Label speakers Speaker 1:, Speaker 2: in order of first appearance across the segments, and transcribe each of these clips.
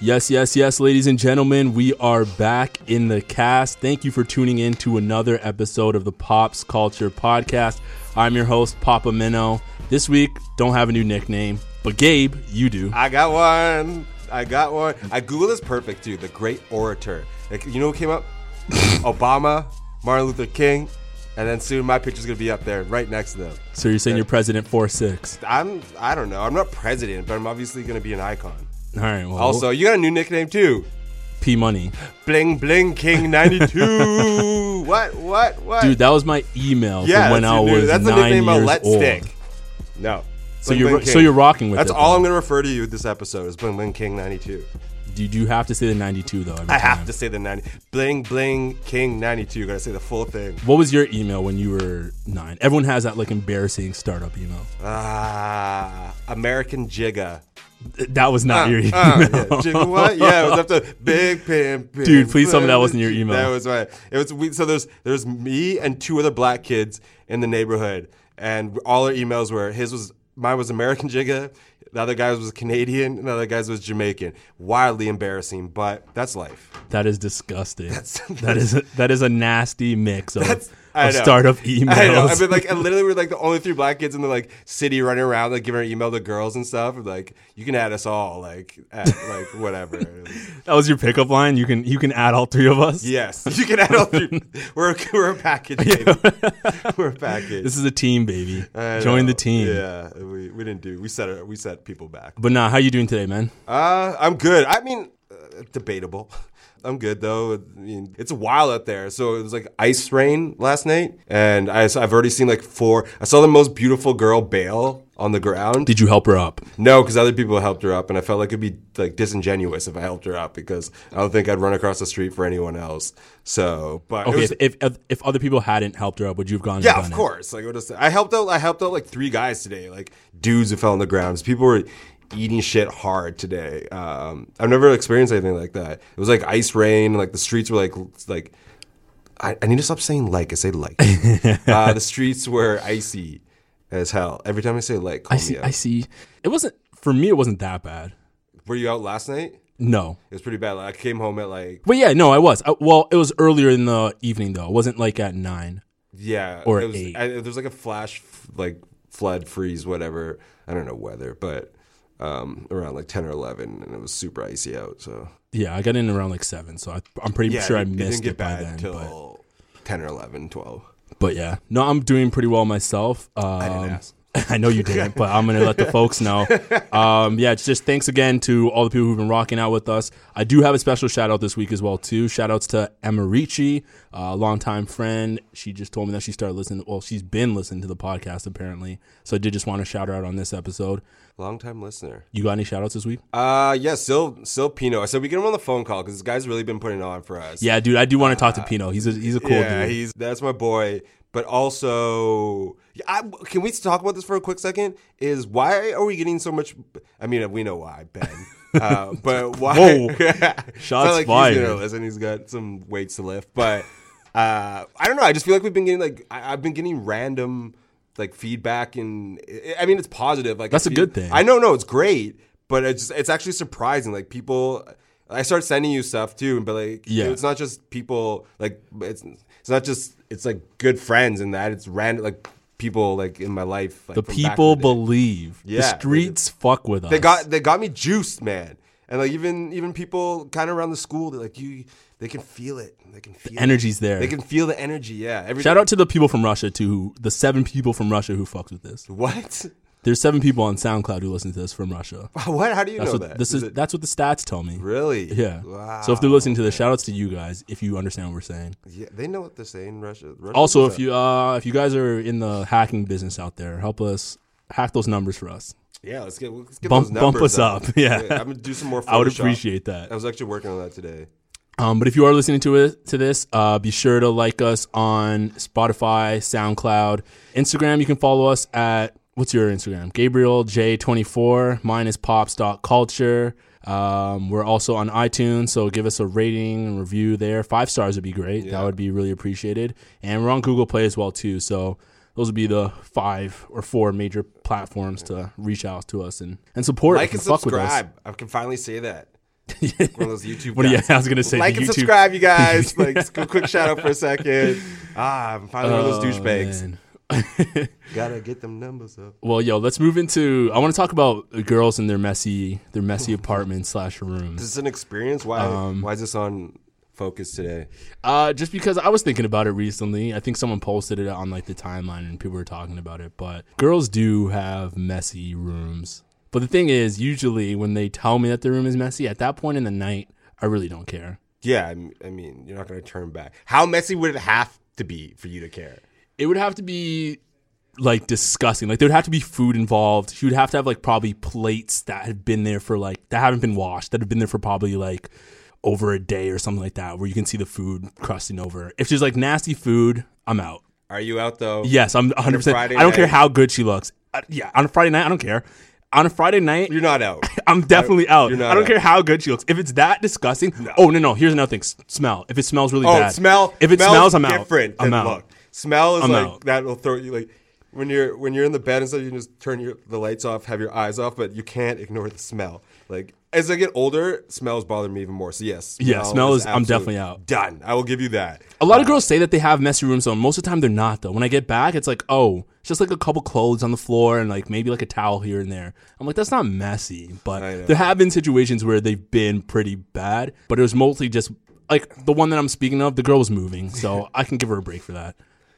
Speaker 1: Yes, yes, yes, ladies and gentlemen, we are back in the cast. Thank you for tuning in to another episode of the Pops Culture Podcast. I'm your host, Papa Minnow. This week, don't have a new nickname, but Gabe, you do.
Speaker 2: I got one. I got one. I Google is perfect, dude. The great orator. Like, you know who came up? Obama, Martin Luther King, and then soon my picture's gonna be up there, right next to them.
Speaker 1: So you're saying you're President 4 6.
Speaker 2: I'm. I don't know. I'm not president, but I'm obviously gonna be an icon.
Speaker 1: All right, well,
Speaker 2: Also, you got a new nickname too.
Speaker 1: P Money.
Speaker 2: Bling Bling King 92. what? What? What?
Speaker 1: Dude, that was my email
Speaker 2: yeah,
Speaker 1: from when
Speaker 2: that's
Speaker 1: I
Speaker 2: your new-
Speaker 1: was
Speaker 2: that's the
Speaker 1: nine
Speaker 2: nickname
Speaker 1: years
Speaker 2: I'll let
Speaker 1: old.
Speaker 2: stick. No.
Speaker 1: So you're- so you're rocking with
Speaker 2: That's
Speaker 1: it,
Speaker 2: all
Speaker 1: though.
Speaker 2: I'm gonna refer to you this episode is Bling Bling King 92.
Speaker 1: You do have to say the 92, though. every
Speaker 2: I have
Speaker 1: time.
Speaker 2: to say the 90. Bling Bling King 92. You gotta say the full thing.
Speaker 1: What was your email when you were nine? Everyone has that like embarrassing startup email.
Speaker 2: Ah, American Jigga.
Speaker 1: Th- That was not your email.
Speaker 2: Ah, yeah. Jigga what? Yeah, it was up to Big Pimp.
Speaker 1: Dude, please tell me that wasn't your email.
Speaker 2: That was right. It was we, so there's there's me and two other black kids in the neighborhood, and all our emails were his was mine was American Jigga, the other guy's was Canadian, and the other guy's was Jamaican. Wildly embarrassing, but that's life.
Speaker 1: That is disgusting. That's, that is a, that is a nasty mix of,
Speaker 2: I
Speaker 1: of
Speaker 2: know.
Speaker 1: startup
Speaker 2: I know.
Speaker 1: emails.
Speaker 2: I mean, like, and literally, we're like the only three black kids in the like city running around, like giving our email to girls and stuff. We're like, you can add us all, like, at, like whatever.
Speaker 1: that was your pickup line. You can you can add all three of us.
Speaker 2: yes, you can add all three. We're a, we're a package, baby. we're a package.
Speaker 1: This is a team, baby.
Speaker 2: I
Speaker 1: Join
Speaker 2: know.
Speaker 1: the team.
Speaker 2: Yeah, we, we didn't do. We set it. We set people back.
Speaker 1: But nah, how you doing today, man?
Speaker 2: Uh, I'm good. I mean, uh, debatable. I'm good though. I mean, it's wild out there. So it was like ice rain last night, and I, have already seen like four. I saw the most beautiful girl bail on the ground.
Speaker 1: Did you help her up?
Speaker 2: no, because other people helped her up, and I felt like it'd be like disingenuous if I helped her up because I don't think I'd run across the street for anyone else. So, but it
Speaker 1: Okay,
Speaker 2: was-
Speaker 1: if, if if other people hadn't helped her up, would you have gone? and
Speaker 2: yeah,
Speaker 1: done
Speaker 2: of
Speaker 1: it?
Speaker 2: course. Like, what is I helped out. I helped out like three guys today, like dudes who fell on the ground. People were eating shit hard today. Um, I've never experienced anything like that. It was like ice rain. Like the streets were like like. I, I need to stop saying like. I say like. uh, the streets were icy as hell. Every time I say like, call
Speaker 1: I see.
Speaker 2: me out.
Speaker 1: I see. It wasn't for me. It wasn't that bad.
Speaker 2: Were you out last night?
Speaker 1: No,
Speaker 2: It was pretty bad. Like, I came home at like
Speaker 1: But yeah, no, I was. I, well, it was earlier in the evening though. It wasn't like at nine.
Speaker 2: Yeah,
Speaker 1: Or
Speaker 2: it was,
Speaker 1: eight.
Speaker 2: I, there was like a flash, f- like flood, freeze, whatever. I don't know weather, but um, around like ten or eleven, and it was super icy out. So
Speaker 1: Yeah, I got in around like seven, so I, I'm pretty
Speaker 2: yeah,
Speaker 1: sure I
Speaker 2: it- it
Speaker 1: missed it, by
Speaker 2: bad
Speaker 1: then. But,
Speaker 2: till ten or 11, 12.
Speaker 1: but yeah, no, I'm doing pretty well myself. Um, I
Speaker 2: didn't ask.
Speaker 1: know you didn't, but I'm gonna let the folks know. Um, yeah, it's just thanks again to all the people who've been rocking out with us. I do have a special shout out this week as well too. Shout outs to Emerici, uh, a longtime friend. She just told me that she started listening. Well, she's been listening to the podcast apparently, so I did just want to shout her out on this episode.
Speaker 2: Long time listener.
Speaker 1: You got any shout outs this week?
Speaker 2: Uh, yeah, Sil Silpino. I said we get him on the phone call because this guy's really been putting it on for us.
Speaker 1: Yeah, dude, I do want to talk to Pino. He's a he's a cool
Speaker 2: Uh, yeah,
Speaker 1: dude.
Speaker 2: he's that's my boy. But also, yeah, I, can we talk about this for a quick second? Is why are we getting so much? I mean, we know why, Ben. Uh, but why?
Speaker 1: Whoa.
Speaker 2: It's not
Speaker 1: Shots
Speaker 2: like He's
Speaker 1: fired.
Speaker 2: gonna listen. He's got some weights to lift, but uh, I don't know. I just feel like we've been getting like I, I've been getting random like feedback, and I- I mean it's positive. Like
Speaker 1: That's
Speaker 2: if
Speaker 1: a
Speaker 2: you-
Speaker 1: good thing.
Speaker 2: I know, no, it's great, but it's it's actually surprising. Like people, I start sending you stuff too, and be like,
Speaker 1: Yeah.
Speaker 2: it's not just people like it's it's not just it's like good friends and that it's random like people like in my life. Like,
Speaker 1: The
Speaker 2: from back in
Speaker 1: people
Speaker 2: day.
Speaker 1: believe.
Speaker 2: Yeah,
Speaker 1: the
Speaker 2: they do.
Speaker 1: streets fuck with us.
Speaker 2: They got they got me juiced, man. And like even even people kind of around the school, they're like you. They can feel it. They can feel it.
Speaker 1: energy's there.
Speaker 2: They can feel the energy. Yeah. Every
Speaker 1: Shout out to the people from Russia too. Who, the seven people from Russia who fucks with this.
Speaker 2: what?
Speaker 1: There's seven people on SoundCloud who listen to this from Russia.
Speaker 2: What? How do you
Speaker 1: That's
Speaker 2: know
Speaker 1: what
Speaker 2: that?
Speaker 1: this is.
Speaker 2: it-
Speaker 1: that's what the stats tell me.
Speaker 2: really
Speaker 1: Yeah.
Speaker 2: Wow.
Speaker 1: So if they're listening to this, shout outs to you guys if you understand what we're saying.
Speaker 2: yeah, they know what they're saying. Russia. Russia
Speaker 1: Also,
Speaker 2: knows
Speaker 1: if
Speaker 2: that.
Speaker 1: you uh, if you guys are in the hacking business out there, help us hack those numbers for us.
Speaker 2: yeah, let's get let's get
Speaker 1: Bump-
Speaker 2: those numbers
Speaker 1: bump us up, yeah.
Speaker 2: I'm gonna do some more. Photoshop.
Speaker 1: I would appreciate that.
Speaker 2: I was actually working on that today.
Speaker 1: Um, but if you are listening to it to this, uh, be sure to like us on Spotify, SoundCloud, Instagram. You can follow us at what's your Instagram? Gabriel J24. Mine is pops.culture. Um, we're also on iTunes, so give us a rating and review there. Five stars would be great. That would be really appreciated. And we're on Google Play as well too. So those would be the five or four major platforms to reach out to us and, and support
Speaker 2: Like
Speaker 1: if you
Speaker 2: and
Speaker 1: fuck with us.
Speaker 2: subscribe. I can finally say that. One of those YouTube.
Speaker 1: What do you-
Speaker 2: guys.
Speaker 1: I was gonna say,
Speaker 2: Like
Speaker 1: the
Speaker 2: and
Speaker 1: YouTube-
Speaker 2: subscribe, you guys. Like, just go quick shout out for a second. Ah, I'm finally one of those douchebags.
Speaker 1: Oh, Man.
Speaker 2: Gotta get them numbers up.
Speaker 1: Well, yo, let's move into. I want to talk about girls and their messy, their messy apartment slash rooms.
Speaker 2: This is an experience. Why?
Speaker 1: Um,
Speaker 2: why is this on focus today?
Speaker 1: Uh, just because I was thinking about it recently, I think someone posted it on like the timeline and people were talking about it. But girls do have messy rooms. But the thing is, usually when they tell me that their room is messy, at that point in the night, I really don't care.
Speaker 2: Yeah, I m- I mean, you're not gonna turn back. How messy would it have to be for you to care?
Speaker 1: It would have to be like disgusting. Like there would have to be food involved. She would have to have like probably plates that had been there for like that haven't been washed that have been there for probably like over a day or something like that, where you can see the food crusting over. If she's like nasty food, I'm out.
Speaker 2: Are you out though?
Speaker 1: Yes, I'm 100. percent I
Speaker 2: Friday
Speaker 1: don't care
Speaker 2: night.
Speaker 1: how good she looks. Uh, yeah, on a Friday night, I don't care. On a Friday night,
Speaker 2: You're not out.
Speaker 1: I'm definitely out.
Speaker 2: you're not
Speaker 1: I don't
Speaker 2: out.
Speaker 1: care how good she looks. If it's that disgusting, oh no no. Here's another thing: S- smell. If it smells really
Speaker 2: Oh,
Speaker 1: bad,
Speaker 2: smell.
Speaker 1: If it
Speaker 2: smell's
Speaker 1: smells, I'm out.
Speaker 2: Different
Speaker 1: I'm
Speaker 2: than
Speaker 1: out.
Speaker 2: look. Smell is
Speaker 1: I'm
Speaker 2: like
Speaker 1: out.
Speaker 2: that'll throw you like when you're when you're in the bed and stuff. You can just turn your the lights off, have your eyes off, but you can't ignore the smell. Like as I get older, smells bother me even more. So yes, smell
Speaker 1: Yeah, smell is- I'm
Speaker 2: absolute-
Speaker 1: definitely out.
Speaker 2: Done. I will give you that.
Speaker 1: A lot of girls say that they have messy rooms, though. Most of the time, they're not, though. When I get back, it's like, oh, it's just like a couple clothes on the floor and like maybe like a towel here and there. I'm like, that's not messy.
Speaker 2: I know.
Speaker 1: But there have been situations where they've been pretty bad, but it was mostly just like the one that I'm speaking of, the girl was moving. So I can give her a break for that.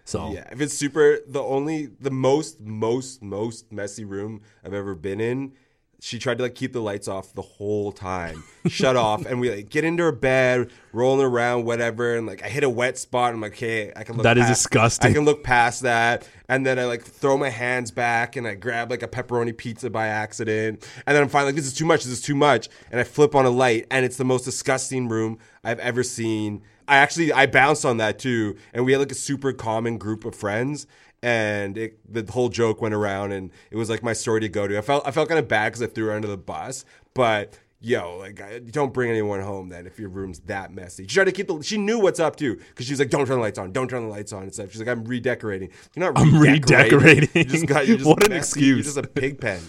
Speaker 1: So
Speaker 2: Yeah, if it's super, the only, the most, most, most messy room I've ever been in. She tried to like keep the lights off the whole time, shut off, and we like get into her bed, rolling around, whatever. And like I hit a wet spot. I'm like, okay, I can look.
Speaker 1: That is
Speaker 2: past,
Speaker 1: disgusting.
Speaker 2: I can look past that, and then I like throw my hands back and I grab like a pepperoni pizza by accident, and then I'm finally like, this is too much. This is too much, and I flip on a light, and it's the most disgusting room I've ever seen. I actually I bounced on that too, and we had like a super common group of friends, and it, the whole joke went around, and it was like my story to go to. I felt I felt kind of bad because I threw her under the bus, but yo, like I, don't bring anyone home then if your room's that messy. She tried to keep the she knew what's up too because she was like, don't turn the lights on, don't turn the lights on and stuff. She's like, I'm redecorating. You're not
Speaker 1: I'm
Speaker 2: redecorating.
Speaker 1: redecorating.
Speaker 2: You just got you just
Speaker 1: What an
Speaker 2: messy. You're
Speaker 1: excuse.
Speaker 2: just a pig pen.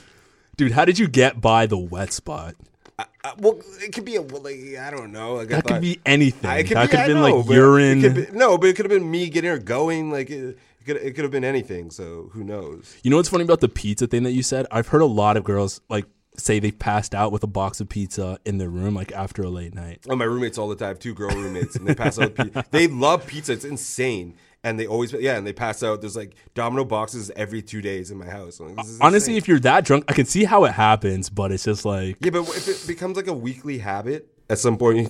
Speaker 1: dude, how did you get by the wet spot?
Speaker 2: Uh, well, it could be a well, like I don't know. Like, I
Speaker 1: That
Speaker 2: thought-
Speaker 1: could be anything.
Speaker 2: I- it
Speaker 1: that could
Speaker 2: I
Speaker 1: have been
Speaker 2: know,
Speaker 1: like
Speaker 2: but it
Speaker 1: urine.
Speaker 2: could be- no, but it could have been me getting her going. Like it it could it could have been anything. So who knows?
Speaker 1: You know what's funny about the pizza thing that you said? I've heard a lot of girls like say they passed out with a box of pizza in their room like after a late night.
Speaker 2: Oh, my roommates all the time. Two girl roommates, and they pass out. Pizza. They love pizza. It's insane, and they always yeah, and they pass out. There's like domino boxes every two days in my house. I'm like, this is
Speaker 1: Honestly,
Speaker 2: insane.
Speaker 1: if you're that drunk, I can see how it happens, but it's just like
Speaker 2: yeah, but if it becomes like a weekly habit, at some point you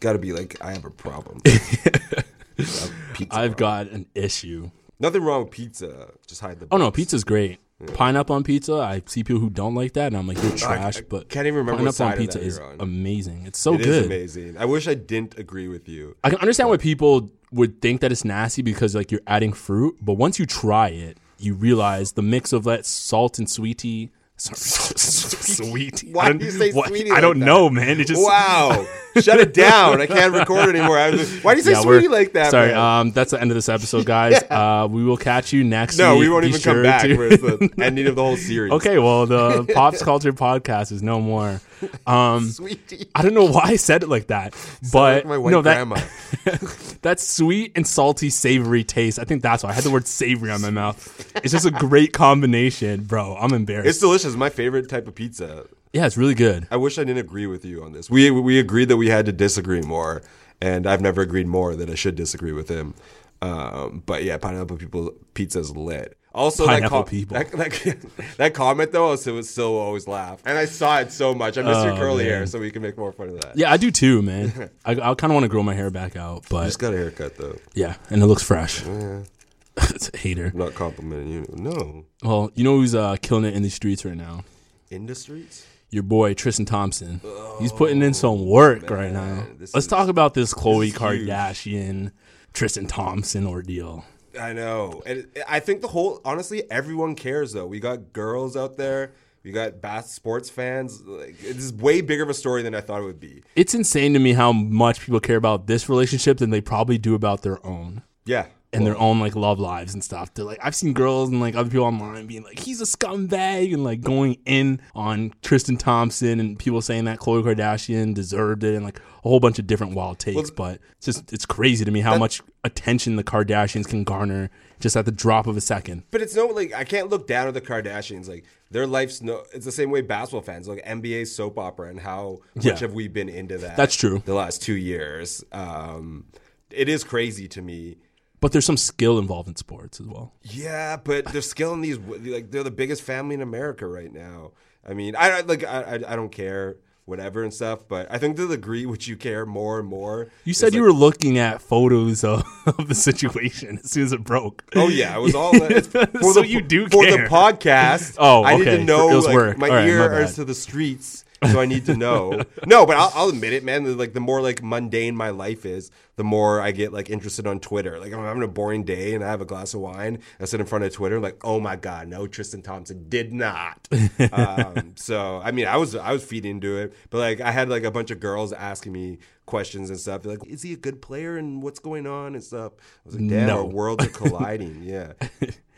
Speaker 2: got to be like, I have a problem. Uh,
Speaker 1: I've got an issue.
Speaker 2: Nothing wrong with pizza. Just hide the.
Speaker 1: Oh no, pizza's great. Pineapple on pizza. I see people who don't like that, and I'm like, you're trash.
Speaker 2: I
Speaker 1: but
Speaker 2: can't even remember
Speaker 1: pineapple
Speaker 2: what side
Speaker 1: on
Speaker 2: of
Speaker 1: pizza
Speaker 2: that
Speaker 1: is
Speaker 2: you're on.
Speaker 1: amazing. It's so
Speaker 2: It
Speaker 1: good.
Speaker 2: is amazing. I wish I didn't agree with you.
Speaker 1: I can understand why people would think that it's nasty because like you're adding fruit, but once you try it, you realize the mix of that salt and sweetie. Sweetie.
Speaker 2: Why
Speaker 1: I don't-
Speaker 2: do you say
Speaker 1: what-
Speaker 2: sweetie
Speaker 1: I
Speaker 2: like
Speaker 1: don't
Speaker 2: that?
Speaker 1: know, man. It just
Speaker 2: Wow, Shut it down. I can't record anymore. I was, why do you say
Speaker 1: Yeah, we're-
Speaker 2: sweetie like that?
Speaker 1: Sorry,
Speaker 2: man?
Speaker 1: um, that's the end of this episode, guys. uh, we will catch you next.
Speaker 2: no,
Speaker 1: week.
Speaker 2: we won't
Speaker 1: Be
Speaker 2: even
Speaker 1: sure
Speaker 2: come back.
Speaker 1: to-
Speaker 2: Where's the ending of the whole series?
Speaker 1: okay, well, the Pops Culture Podcast is no more. Um,
Speaker 2: sweetie.
Speaker 1: I don't know why I said it like that, but
Speaker 2: like my white
Speaker 1: no, that
Speaker 2: grandma.
Speaker 1: that sweet and salty savory taste. I think that's why I had the word savory on my mouth. It's just a great combination, bro. I'm embarrassed.
Speaker 2: It's delicious. My favorite type of pizza.
Speaker 1: yeah, it's really good.
Speaker 2: I wish I didn't agree with you on this. We we agreed that we had to disagree more, and I've never agreed more that I should disagree with him. Um, but yeah, pineapple people pizza's lit. Also,
Speaker 1: Pineapple
Speaker 2: that
Speaker 1: people.
Speaker 2: That, that, that comment though, so it was still always laugh, and I saw it so much. I miss your curly hair, so we can make more fun of that.
Speaker 1: Oh, Yeah, I do too, man. I, I kind of want to grow my hair back out, but
Speaker 2: Just got a haircut though.
Speaker 1: yeah, and it looks fresh. it's a hater.
Speaker 2: I'm not complimenting you. No
Speaker 1: Well, you know who's uh, killing it in these streets right now?
Speaker 2: industries.
Speaker 1: Your boy Tristan Thompson. He's putting in some work right now.
Speaker 2: Oh, this
Speaker 1: Let's talk about this Khloe
Speaker 2: is huge.
Speaker 1: Kardashian, Tristan Thompson ordeal.
Speaker 2: I know, and it- I think the whole honestly, everyone cares though. We got girls out there, we got bass sports fans. Like, it is way bigger of a story than I thought it would be.
Speaker 1: It's insane to me how much people care about this relationship than they probably do about their own.
Speaker 2: Yeah,
Speaker 1: and their own like love lives and stuff. They're like, I've seen girls and like other people online being like, he's a scumbag and like going in on Tristan Thompson and people saying that Khloe Kardashian deserved it and like a whole bunch of different wild takes. but it's just it's crazy to me how much attention the Kardashians can garner just at the drop of a second.
Speaker 2: but it's no like I can't look down at the Kardashians. Like their life's no. It's the same way basketball fans like NBA soap opera and how
Speaker 1: Yeah.
Speaker 2: much have we been into that?
Speaker 1: That's true.
Speaker 2: The last two years, um, it is crazy to me.
Speaker 1: But there's some skill involved in sports as well.
Speaker 2: Yeah, but they're still in these like they're the biggest family in America right now. I mean, I I- like I I I don't care whatever and stuff, but I think to the degree which you care more and more.
Speaker 1: You said you were looking at photos of, of the situation as soon as it broke.
Speaker 2: Oh yeah, it was all. It's for
Speaker 1: So
Speaker 2: the,
Speaker 1: you do
Speaker 2: for
Speaker 1: care.
Speaker 2: the podcast.
Speaker 1: Oh,
Speaker 2: I need
Speaker 1: okay.
Speaker 2: to know.
Speaker 1: It was
Speaker 2: like,
Speaker 1: work.
Speaker 2: My
Speaker 1: All right, my
Speaker 2: ear
Speaker 1: bad.
Speaker 2: is to the streets, so I need to know. no, but I'll, I'll admit it, man. Like the more like mundane my life is, the more I get like interested on Twitter. Like I'm having a boring day and I have a glass of wine. I sit in front of Twitter, like, oh my god, no, Tristan Thompson did not. um, so I mean, I was I was feeding into it, but like I had like a bunch of girls asking me questions and stuff. They're like, is he a good player and what's going on and stuff. I was like, damn,
Speaker 1: No.
Speaker 2: our worlds are colliding. yeah.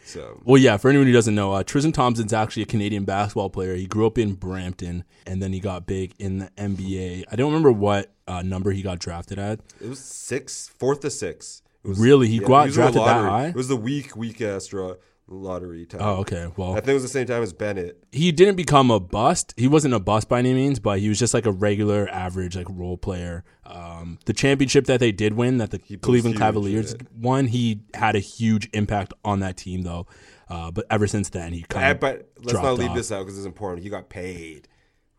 Speaker 2: So
Speaker 1: Well, yeah, for anyone who doesn't know, uh, Tristan Thompson's actually a Canadian basketball player. He grew up in Brampton and then he got big in the NBA. I don't remember what uh, number he got drafted at.
Speaker 2: it was six, fourth to six. It was,
Speaker 1: Really? He
Speaker 2: yeah,
Speaker 1: got
Speaker 2: was in the
Speaker 1: drafted that
Speaker 2: lottery.
Speaker 1: high?
Speaker 2: It was the week, week extra lottery time.
Speaker 1: Oh, okay.
Speaker 2: I
Speaker 1: Well,
Speaker 2: think it was the same time as Bennett.
Speaker 1: he didn't become a bust. He wasn't a bust by any means, but he was just like a regular, average, like role player. Um, the championship that they did win, that the Cleveland
Speaker 2: huge
Speaker 1: Cavaliers won, he had a huge impact on that team, though. Uh, but ever since then, he kind
Speaker 2: Eh,
Speaker 1: of.
Speaker 2: but let's
Speaker 1: dropped
Speaker 2: not leave
Speaker 1: off.
Speaker 2: this out because it's important. He got paid.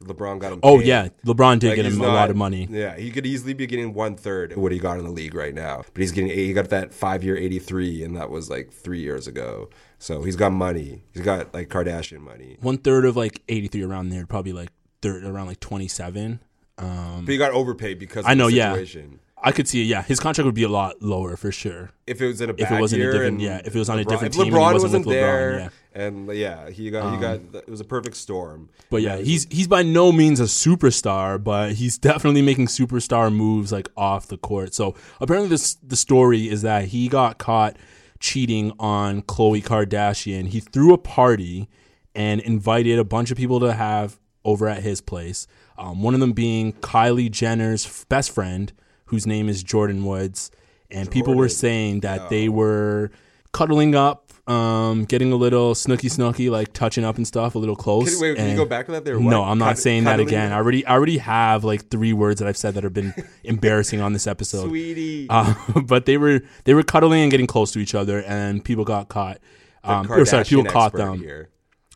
Speaker 2: LeBron got him.
Speaker 1: Oh
Speaker 2: paid.
Speaker 1: yeah, LeBron did
Speaker 2: Like,
Speaker 1: get
Speaker 2: he's
Speaker 1: him a
Speaker 2: not-
Speaker 1: lot of money.
Speaker 2: Yeah, he could easily be getting one third of what he got in the league right now. But he's getting he got that five year eighty three, and that was like three years ago. So he's got money. He's got like Kardashian money.
Speaker 1: one third of like 83 around there, probably like third around like 27. Um,
Speaker 2: But he got overpaid because of
Speaker 1: I know,
Speaker 2: the
Speaker 1: yeah.
Speaker 2: situation.
Speaker 1: I could see, yeah, his contract would be a lot lower for sure.
Speaker 2: If it was in a
Speaker 1: it
Speaker 2: bad
Speaker 1: wasn't a
Speaker 2: year,
Speaker 1: different-
Speaker 2: and
Speaker 1: yeah, if it was on a
Speaker 2: LeBron-
Speaker 1: different
Speaker 2: if
Speaker 1: team and he
Speaker 2: LeBron
Speaker 1: wasn't
Speaker 2: wasn't
Speaker 1: with LeBron,
Speaker 2: there,
Speaker 1: yeah. Um,
Speaker 2: and yeah, he got he got it was a perfect storm.
Speaker 1: But yeah, he's he's by no means a superstar, but he's definitely making superstar moves like off the court. So apparently, this the story is that he got caught cheating on Khloe Kardashian. He threw a party and invited a bunch of people to have over at his place. Um, one of them being Kylie Jenner's f- best friend, whose name is Jordan Woods, and people were saying that they were cuddling up. Um, getting a little snooky snooky, like touching up and stuff, a little close.
Speaker 2: Can- wait, can you
Speaker 1: and-
Speaker 2: go back to that? They were
Speaker 1: no,
Speaker 2: what?
Speaker 1: I'm not
Speaker 2: Cud-
Speaker 1: saying that
Speaker 2: cuddling?
Speaker 1: again. I already, I already have like three words that I've said that have been embarrassing on this episode.
Speaker 2: sweetie.
Speaker 1: Uh, but they were they were cuddling and getting close to each other, and people got caught. Um, or sorry, people
Speaker 2: Kardashian
Speaker 1: caught
Speaker 2: expert
Speaker 1: them.
Speaker 2: Here.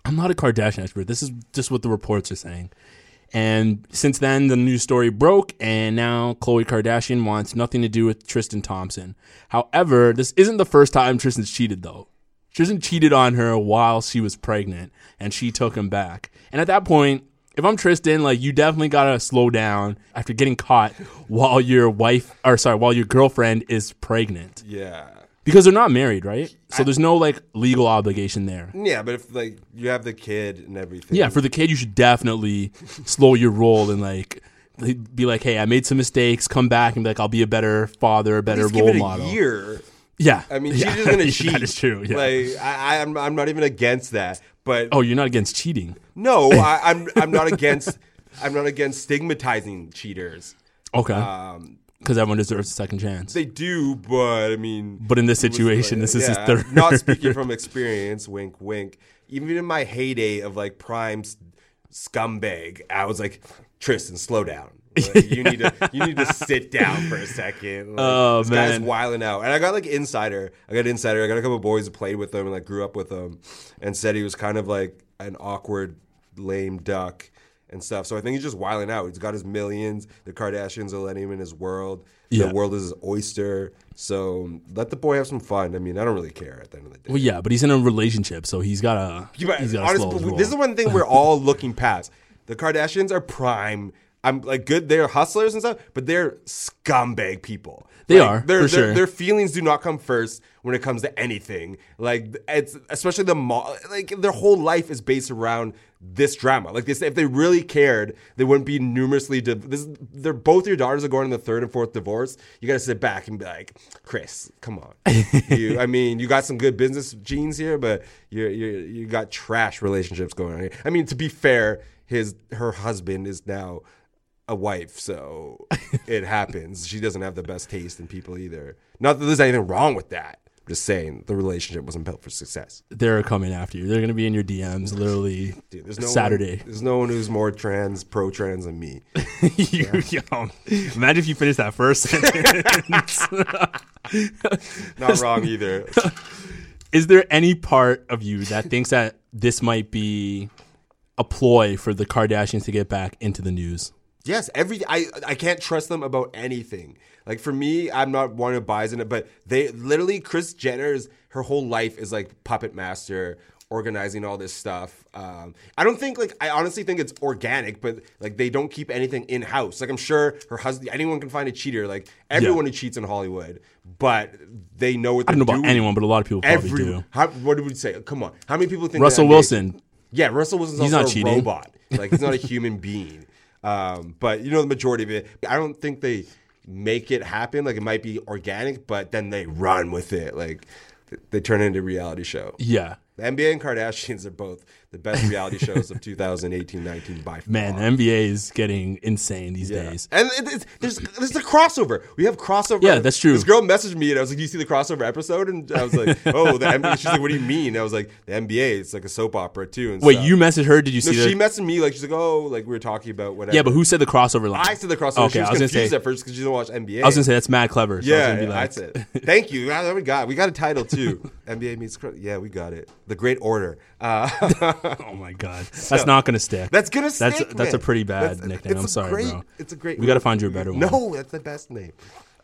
Speaker 1: I'm not a Kardashian expert. This is just what the reports are saying. And since then, the news story broke, and now Khloe Kardashian wants nothing to do with Tristan Thompson. However, this isn't the first time Tristan's cheated, though. Tristan cheated on her while she was pregnant, and she took him back. And at that point, if I'm Tristan, like you definitely gotta slow down after getting caught while your wife, or sorry, while your girlfriend is pregnant,
Speaker 2: Yeah,
Speaker 1: because they're not married, right? So there's no like legal obligation there.
Speaker 2: yeah, but if like you have the kid and everything,
Speaker 1: Yeah, for the kid, you should definitely slow your roll and like he'd be like, "Hey, I made some mistakes. Come back and be like, I'll be a better father, a better
Speaker 2: Just
Speaker 1: role
Speaker 2: give it
Speaker 1: model."
Speaker 2: a year.
Speaker 1: Yeah,
Speaker 2: I mean, she's
Speaker 1: yeah.
Speaker 2: just gonna
Speaker 1: Yeah,
Speaker 2: cheat.
Speaker 1: That is true. Yeah.
Speaker 2: Like I, I'm, I'm not even against that. But
Speaker 1: oh, you're not against cheating.
Speaker 2: no, I, I'm, I'm not against, I'm not against stigmatizing cheaters.
Speaker 1: Okay. Because
Speaker 2: um,
Speaker 1: everyone deserves a second chance.
Speaker 2: They do, but I mean,
Speaker 1: but in this
Speaker 2: it was like-
Speaker 1: situation, this is his
Speaker 2: yeah,
Speaker 1: third.
Speaker 2: Not speaking from experience, wink, wink. Even in my heyday of like prime s- scumbag, I was like, Tristan, slow down. Like, you need to you need to sit down for a second. Like,
Speaker 1: Oh,
Speaker 2: this guy's
Speaker 1: man.
Speaker 2: wiling out, and I got like insider. I got insider. I got a couple boys that played with him and like grew up with him, and said he was kind of like an awkward, lame duck and stuff. So I think he's just wiling out. He's got his millions. The Kardashians are letting him in his world.
Speaker 1: Yeah.
Speaker 2: The world is his oyster. So let the boy have some fun. I mean, I don't really care at the end of the day.
Speaker 1: well, yeah, but he's in a relationship, so he's got to.
Speaker 2: Yeah, but
Speaker 1: he's got to
Speaker 2: honest-
Speaker 1: slow his
Speaker 2: but
Speaker 1: roll.
Speaker 2: this is one thing we're all looking past. The Kardashians are prime. I'm like good. They're hustlers and stuff, but they're scumbag people.
Speaker 1: They
Speaker 2: Like,
Speaker 1: are,
Speaker 2: Their,
Speaker 1: for
Speaker 2: their-
Speaker 1: sure.
Speaker 2: their feelings do not come first when it comes to anything. Like it's especially the mo- like their whole life is based around this drama. Like this, if they really cared, they wouldn't be numerously. Di- this, they're both your daughters are going on the third and fourth divorce. You got to sit back and be like, Chris, come on. you, I mean, you got some good business genes here, but you you you got trash relationships going on here. I mean, to be fair, his her husband is now. A wife, so it happens. She doesn't have the best taste in people either. Not that there's anything wrong with that. I'm just saying the relationship wasn't built for success.
Speaker 1: They're coming after you. They're going to be in your DMs literally
Speaker 2: Dude, there's no
Speaker 1: Saturday.
Speaker 2: One, there's no one who's more trans, pro trans than me.
Speaker 1: you, yo, imagine if you finish that first sentence.
Speaker 2: Not wrong either.
Speaker 1: Is there any part of you that thinks that this might be a ploy for the Kardashians to get back into the news?
Speaker 2: yes, every I I can't trust them about anything. Like for me, I'm not one who buys in it, but they literally Chris Jenner's her whole life is like puppet master organizing all this stuff. Um, I don't think like I honestly think it's organic, but like they don't keep anything in house. Like I'm sure her husband, anyone can find a cheater. Like everyone who cheats in Hollywood, but they know what
Speaker 1: I
Speaker 2: they're
Speaker 1: don't know about
Speaker 2: doing.
Speaker 1: anyone, but a lot of people probably
Speaker 2: Every,
Speaker 1: do.
Speaker 2: how, what did we say? Come on, how many people think
Speaker 1: Russell
Speaker 2: that-
Speaker 1: Wilson,
Speaker 2: Yeah, Russell Wilson's
Speaker 1: He's
Speaker 2: also
Speaker 1: not
Speaker 2: a
Speaker 1: cheating.
Speaker 2: robot. Like he's not a human being. Um, but you know the majority of it. I don't think they make it happen. Like it might be organic, but then they run with it. Like th- they turn it into a reality show.
Speaker 1: yeah.
Speaker 2: The NBA and Kardashians are both the best reality shows of 2018-19 by far.
Speaker 1: Man, the NBA is getting insane these
Speaker 2: Yeah.
Speaker 1: days.
Speaker 2: And it, it's, there's there's a crossover. We have crossover.
Speaker 1: Yeah, that's true.
Speaker 2: This girl messaged me and I was like, "You see the crossover episode?" And I was like, "Oh, the NBA." She's like, "What do you mean?" I was like, "The NBA. It's like a soap opera too." And
Speaker 1: Wait,
Speaker 2: stuff.
Speaker 1: you messaged her? Did you
Speaker 2: No,
Speaker 1: see that?
Speaker 2: she messaged me like she's like, "Oh, like we were talking about whatever."
Speaker 1: yeah, but who said the crossover line?
Speaker 2: I said the crossover.
Speaker 1: Okay,
Speaker 2: she
Speaker 1: I was
Speaker 2: was,
Speaker 1: gonna
Speaker 2: confused
Speaker 1: say.
Speaker 2: at first because she didn't watch NBA.
Speaker 1: I was gonna say that's mad clever. So I
Speaker 2: Yeah,
Speaker 1: was gonna be like,
Speaker 2: that's it. Thank you. Ah, there we got. We got a title too. NBA meets. Cro- Yeah, we got it. The Great Order. Uh,
Speaker 1: Oh my god, that's not gonna stick.
Speaker 2: That's gonna
Speaker 1: That's
Speaker 2: stick,
Speaker 1: that's a
Speaker 2: man.
Speaker 1: pretty bad
Speaker 2: That's-
Speaker 1: nickname.
Speaker 2: it's
Speaker 1: I'm
Speaker 2: a
Speaker 1: sorry,
Speaker 2: great-
Speaker 1: bro.
Speaker 2: It's a great.
Speaker 1: We gotta find you a better one.
Speaker 2: No, that's the best name.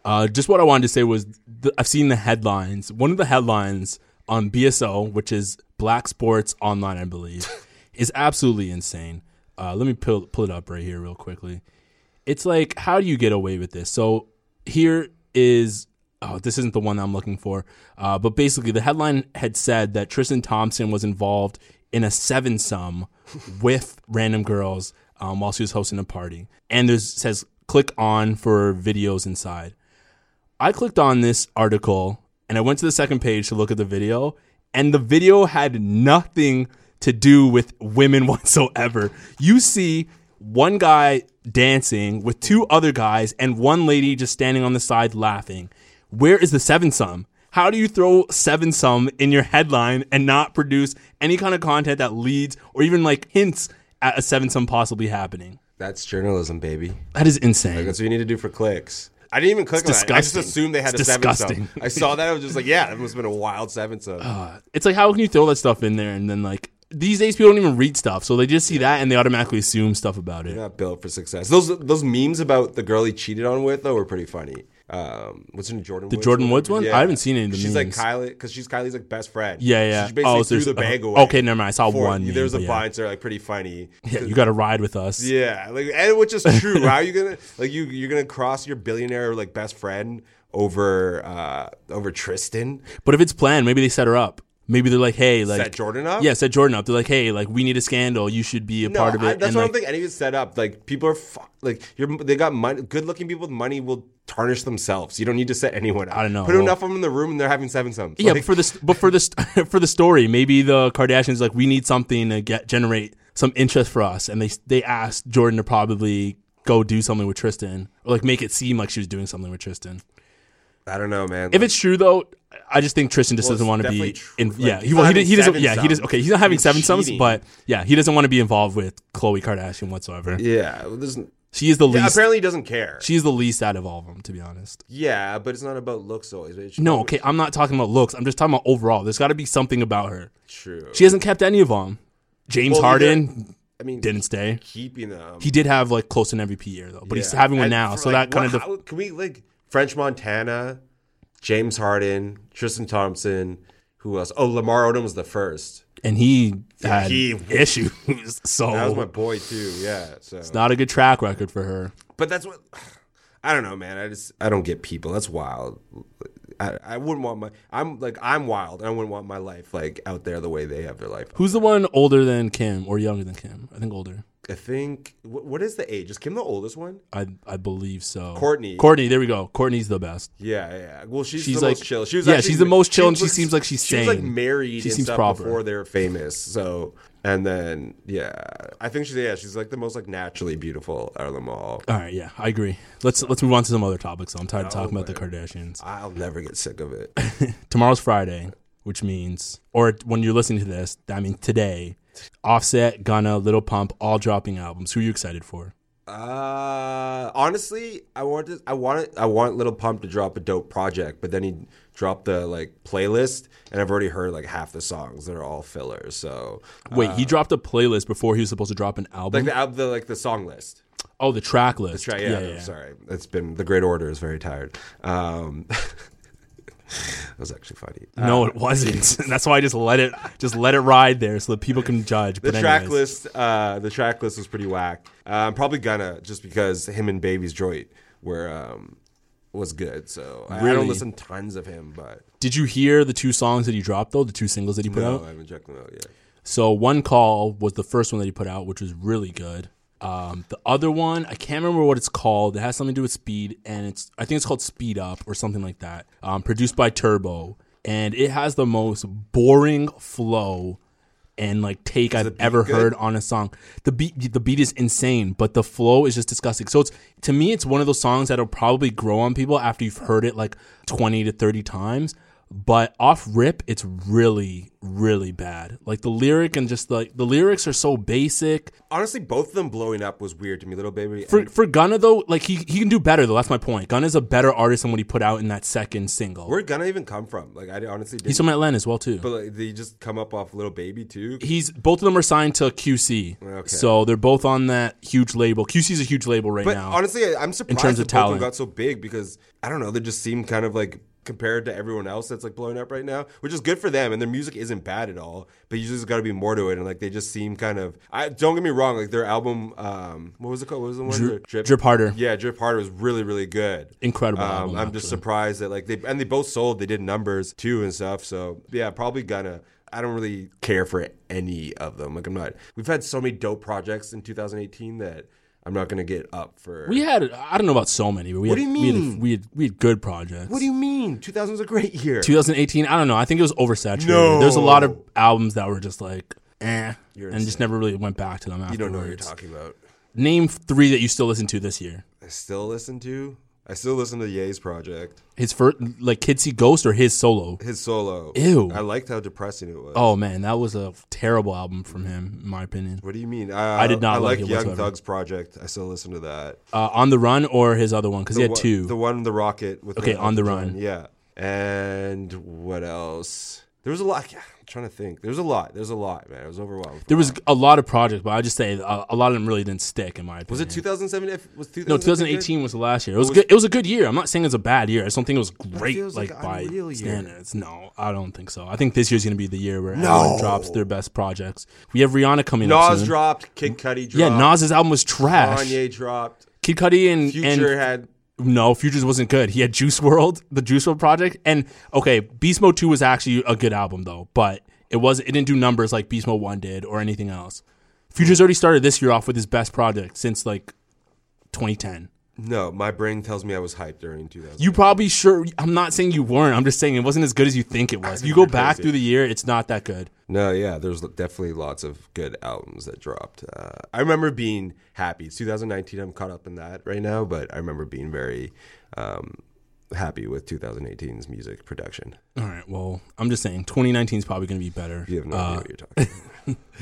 Speaker 1: Uh, just what I wanted to say was th- I've seen the headlines. One of the headlines on BSO, which is Black Sports Online, I believe, is absolutely insane. Uh, let me pull, pull it up right here, real quickly. It's like, how do you get away with this? So here is, oh, this isn't the one I'm looking for. Uh, but basically, the headline had said that Tristan Thompson was involved in a seven sum with random girls um, while she was hosting a party. And there's says, click on for videos inside. I clicked on this article and I went to the second page to look at the video, and the video had nothing to do with women whatsoever. You see one guy dancing with two other guys and one lady just standing on the side laughing. Where is the seven sum? How do you throw seven sum in your headline and not produce any kind of content that leads or even like hints at a seven sum possibly happening?
Speaker 2: That's journalism, baby.
Speaker 1: That is insane.
Speaker 2: That's what you need to do for clicks. I didn't even click
Speaker 1: It's
Speaker 2: on that. I just
Speaker 1: disgusting.
Speaker 2: assumed they had
Speaker 1: It's
Speaker 2: a seven
Speaker 1: disgusting.
Speaker 2: sub. I saw that. I was just like, yeah, it must have been a wild seven sub.
Speaker 1: It's like how can you throw that stuff in there and then like these days people don't even read stuff, so they just see that and they automatically assume stuff about it.
Speaker 2: Not built for success. Those those memes about the girl he cheated on with though were pretty funny. Um, what's her name? Jordan? The Woods
Speaker 1: Jordan
Speaker 2: or
Speaker 1: Woods
Speaker 2: whatever?
Speaker 1: one? I haven't seen any of the
Speaker 2: She's
Speaker 1: memes.
Speaker 2: like Kylie because she's Kylie's like best friend.
Speaker 1: Yeah, yeah.
Speaker 2: She basically
Speaker 1: Oh, so
Speaker 2: threw
Speaker 1: there's-
Speaker 2: the bag
Speaker 1: oh,
Speaker 2: away.
Speaker 1: okay, never mind. I saw
Speaker 2: for-
Speaker 1: one meme,
Speaker 2: There's a
Speaker 1: but yeah.
Speaker 2: bunch that are like pretty funny.
Speaker 1: Yeah, you got to ride with us.
Speaker 2: Yeah, like and which is true. How are you gonna like you you're gonna cross your billionaire like best friend over uh over Tristan?
Speaker 1: But if it's planned, maybe they set her up. Maybe they're like, hey, like
Speaker 2: Set Jordan up?
Speaker 1: Yeah, set Jordan up. They're like, hey, like we need a scandal. You should be a
Speaker 2: No,
Speaker 1: part of it.
Speaker 2: I, that's
Speaker 1: and,
Speaker 2: what I
Speaker 1: like,
Speaker 2: don't think any of it's set up. Like people are fu- like you're, they got money. Good-looking people with money will tarnish themselves. You don't need to set anyone up.
Speaker 1: I don't know.
Speaker 2: Put
Speaker 1: Well-
Speaker 2: enough of them in the room, and they're having seven sums.
Speaker 1: Yeah,
Speaker 2: Like,
Speaker 1: but for this, but for this, for the story, maybe the Kardashians like we need something to get generate some interest for us, and they they asked Jordan to probably go do something with Tristan, or like make it seem like she was doing something with Tristan.
Speaker 2: I don't know, man.
Speaker 1: If it's true though, I just think Tristan just
Speaker 2: Well,
Speaker 1: doesn't
Speaker 2: it's
Speaker 1: want to
Speaker 2: definitely
Speaker 1: be.
Speaker 2: true.
Speaker 1: In,
Speaker 2: Like,
Speaker 1: yeah,
Speaker 2: he's
Speaker 1: he, well,
Speaker 2: not
Speaker 1: he, did-
Speaker 2: having
Speaker 1: he doesn't.
Speaker 2: seven
Speaker 1: Yeah, he does.
Speaker 2: sums.
Speaker 1: Okay, he's not having
Speaker 2: He's
Speaker 1: seven sums,
Speaker 2: cheating.
Speaker 1: but yeah, he doesn't want to be involved with Khloe Kardashian whatsoever.
Speaker 2: yeah, well, there's, yeah,
Speaker 1: She is the least.
Speaker 2: apparently he doesn't care.
Speaker 1: She's the least out of all of them, to be honest.
Speaker 2: yeah, but it's not about looks always. It's
Speaker 1: No, okay, I'm not talking about looks. I'm just talking about overall. There's got to be something about her.
Speaker 2: true.
Speaker 1: She hasn't kept any of them. James
Speaker 2: Well, we did-
Speaker 1: Harden
Speaker 2: I mean,
Speaker 1: didn't stay.
Speaker 2: keeping them.
Speaker 1: He did have like close to an MVP year though, but he's having one now, so that kind of def-
Speaker 2: how, can we like French Montana, James Harden, Tristan Thompson, who else? Oh, Lamar Odom was the first.
Speaker 1: and he had
Speaker 2: he-
Speaker 1: issues, so
Speaker 2: That was my boy too. Yeah, so
Speaker 1: not a good track record for her.
Speaker 2: But that's what I don't know, man. I just I don't get people. That's wild. I, I wouldn't want my I'm like I'm wild. and I wouldn't want my life like out there the way they have their life.
Speaker 1: Who's the one older than Kim or younger than Kim? I think older.
Speaker 2: I think wh- what is the age? Is Kim the oldest one?
Speaker 1: I I believe so.
Speaker 2: Courtney.
Speaker 1: Courtney, there we go. Courtney's the best.
Speaker 2: Yeah, yeah. Well, she's,
Speaker 1: She's
Speaker 2: the
Speaker 1: like-
Speaker 2: most chill. She was
Speaker 1: yeah,
Speaker 2: actually-
Speaker 1: she's the most chill and she
Speaker 2: was-
Speaker 1: seems like she's
Speaker 2: she was like
Speaker 1: sane.
Speaker 2: married.
Speaker 1: She
Speaker 2: and
Speaker 1: seems
Speaker 2: stuff
Speaker 1: proper.
Speaker 2: before they were famous. So and then yeah, I think she's yeah she's like the most like naturally beautiful out of them all.
Speaker 1: All right, yeah, I agree. Let's let's move on to some other topics. I'm tired of
Speaker 2: Oh,
Speaker 1: talking about the Kardashians.
Speaker 2: I'll never get sick of it.
Speaker 1: tomorrow's Friday, which means, or when you're listening to this, I mean today, Offset, Gunna, Little Pump, all dropping albums. Who are you excited for?
Speaker 2: Uh, honestly, I want to, I want it, I want Little Pump to drop a dope project, but then he dropped the like playlist, and I've already heard like half the songs that are all fillers. So
Speaker 1: Wait,
Speaker 2: Uh,
Speaker 1: he dropped a playlist before he was supposed to drop an album.
Speaker 2: like the, al- the like the song list.
Speaker 1: oh, the track list.
Speaker 2: Try, yeah, I'm sorry, it's been the Great Order is very tired. Um, that was actually funny.
Speaker 1: No, it wasn't. That's why I just let it just let it ride there so that people can judge.
Speaker 2: The
Speaker 1: but
Speaker 2: track
Speaker 1: anyways,
Speaker 2: list, uh, the track list was pretty whack. Uh, I'm probably gonna just because him and Baby's joint were um was good. So I- I
Speaker 1: Really?
Speaker 2: don't listen tons of him, but
Speaker 1: Did you hear the two songs that he dropped though? The two singles that he put
Speaker 2: no, I
Speaker 1: out.
Speaker 2: haven't checked them out yet.
Speaker 1: So one call was the first one that he put out, which was really good. Um, the other one, I can't remember what it's called. It has something to do with speed, and it's I think it's called Speed Up or something like that. Um, produced by Turbo, and it has the most boring flow and like take I've ever heard on a song. The beat the beat is insane, but the flow is just disgusting. So it's to me it's one of those songs that'll probably grow on people after you've heard it like 20 to 30 times. But off rip, it's really, really bad. Like the lyric and just like the lyrics are so basic.
Speaker 2: Honestly, both of them blowing up was weird to me, little baby.
Speaker 1: For
Speaker 2: And
Speaker 1: for Gunna though, like he, he can do better though. That's my point. Gunna's a better artist than what he put out in that second single.
Speaker 2: where'd Gunna even come from? Like, I honestly didn't.
Speaker 1: He's from Atlanta as well too.
Speaker 2: but like, they just come up off little baby too.
Speaker 1: he's both of them are signed to QC. So they're both on that huge label. QC is a huge label right
Speaker 2: But
Speaker 1: now.
Speaker 2: honestly, I- I'm surprised
Speaker 1: terms
Speaker 2: that
Speaker 1: of
Speaker 2: both of them
Speaker 1: talent.
Speaker 2: got so big because I don't know. They just seem kind of like compared to everyone else that's like blowing up right now, which is good for them. And their music isn't bad at all. But you just got to be more to it. And like they just seem kind of. I don't get me wrong. Like their album, um, what was it called? What was the one? Their
Speaker 1: Drip Harder.
Speaker 2: Yeah, Drip Harder was really really good.
Speaker 1: Incredible
Speaker 2: Um,
Speaker 1: album,
Speaker 2: I'm just surprised that like they and they both sold. They did numbers too and stuff. So yeah, probably gonna. I don't really care for any of them. Like I'm not. We've had so many dope projects in 2018 that I'm not gonna get up for.
Speaker 1: We had I don't know about so many, but we
Speaker 2: What
Speaker 1: had,
Speaker 2: do you
Speaker 1: we had-
Speaker 2: mean?
Speaker 1: We had, we had good projects.
Speaker 2: what do you mean? 2000 was a great year.
Speaker 1: 2018? I don't know. I think it was oversaturated.
Speaker 2: No.
Speaker 1: There's a lot of albums that were just like eh, and
Speaker 2: insane.
Speaker 1: just never really went back to them
Speaker 2: you
Speaker 1: afterwards.
Speaker 2: don't know what you're talking about.
Speaker 1: Name three that you still listen to this year.
Speaker 2: I still listen to. I still listen to Ye's project.
Speaker 1: His first, like Kids See Ghost or his solo.
Speaker 2: His solo.
Speaker 1: Ew.
Speaker 2: I liked how depressing it was.
Speaker 1: Oh man, that was a terrible album from him, in my opinion.
Speaker 2: What do you mean? Uh,
Speaker 1: I did not
Speaker 2: I
Speaker 1: like
Speaker 2: like
Speaker 1: it
Speaker 2: Young
Speaker 1: whatsoever.
Speaker 2: Thug's project. I still listen to that.
Speaker 1: Uh, on the Run or his other one because he had
Speaker 2: Wha-
Speaker 1: two.
Speaker 2: The one, the rocket with
Speaker 1: Okay, On the
Speaker 2: Elton
Speaker 1: Run.
Speaker 2: John, Yeah, and what else? There was a lot. I'm trying to think. There's a lot. There's a lot, man. It was overwhelmed.
Speaker 1: there was a lot of projects, but I just say a, a lot of them really didn't stick in my opinion.
Speaker 2: was it 2007? If- Was 2000
Speaker 1: No, 2018 was the last year. It was, good. It was a good year. I'm not saying it's a bad year. I just don't think it was great,
Speaker 2: feels
Speaker 1: like,
Speaker 2: like an
Speaker 1: by
Speaker 2: unreal year.
Speaker 1: standards. No, I don't think so. I think this year's going to be the year where everyone drops their best projects. We have Rihanna coming up
Speaker 2: Nas
Speaker 1: soon.
Speaker 2: dropped. Kid Cudi dropped.
Speaker 1: yeah, Nas's album was trash.
Speaker 2: Kanye dropped.
Speaker 1: Kid Cudi and
Speaker 2: Future
Speaker 1: and
Speaker 2: had.
Speaker 1: No, Futures wasn't good. He had Juice World, the Juice World project, and okay, Beast Mode Two was actually a good album though, but it was it didn't do numbers like Beast Mode One did or anything else. Futures already started this year off with his best project since like 2010.
Speaker 2: No, my brain tells me I was hyped during 2000.
Speaker 1: You probably sure. I'm not saying you weren't. I'm just saying it wasn't as good as you think it was. You go back through the year, it's not that good.
Speaker 2: No, yeah, there's definitely lots of good albums that dropped. Uh, I remember being happy. It's 2019, I'm caught up in that right now, but I remember being very um, happy with 2018's music production.
Speaker 1: All right. Well, I'm just saying 2019 is probably going to be better. Uh,
Speaker 2: You have no idea what you're talking about.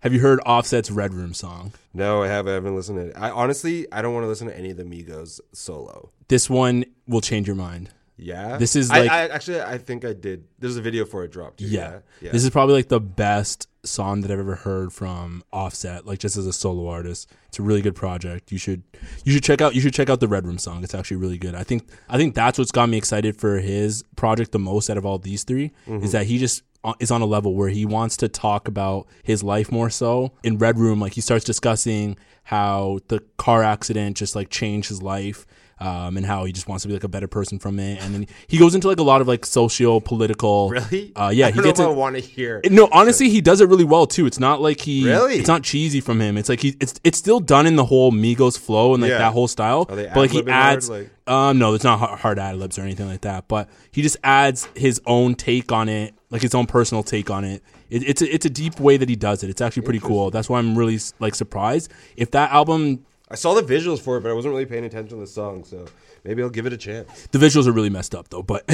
Speaker 1: Have you heard Offset's Red Room song?
Speaker 2: No, I haven't, I haven't listened to it. I honestly, I don't want to listen to any of the Migos solo.
Speaker 1: This one will change your mind.
Speaker 2: Yeah.
Speaker 1: This is
Speaker 2: I-
Speaker 1: like-
Speaker 2: I, actually, I think I did. There's a video for it dropped. too,
Speaker 1: Yeah.
Speaker 2: Yeah.
Speaker 1: This is probably like the best song that I've ever heard from Offset, like just as a solo artist. It's a really good project. You should you should check out you should check out the Red Room song. It's actually really good. I think I think that's what's got me excited for his project the most out of all these 3 is that he just on- is on a level where he wants to talk about his life more so. In Red Room, like he starts discussing how the car accident just like changed his life um, and how he just wants to be like a better person from it. And then he goes into like a lot of like socio political.
Speaker 2: Really?
Speaker 1: Uh, yeah,
Speaker 2: I
Speaker 1: he
Speaker 2: don't
Speaker 1: gets
Speaker 2: know if
Speaker 1: in-
Speaker 2: I want to hear.
Speaker 1: no, honestly, he does it really well too. It's not like he
Speaker 2: Really?
Speaker 1: It's not cheesy from him. It's like he it's it's still done in the whole Migos flow and like
Speaker 2: Yeah.
Speaker 1: that whole style.
Speaker 2: Are they
Speaker 1: But like he
Speaker 2: ad-libbing hard,
Speaker 1: adds,
Speaker 2: like-
Speaker 1: um, no, it's not har- hard ad libs or anything like that. But he just adds his own take on it, like his own personal take on it. it it's a, it's a deep way that he does it. It's actually pretty cool. That's why I'm really like surprised. If that album,
Speaker 2: I saw the visuals for it, but I wasn't really paying attention to the song, so maybe I'll give it a chance.
Speaker 1: the visuals are really messed up though. But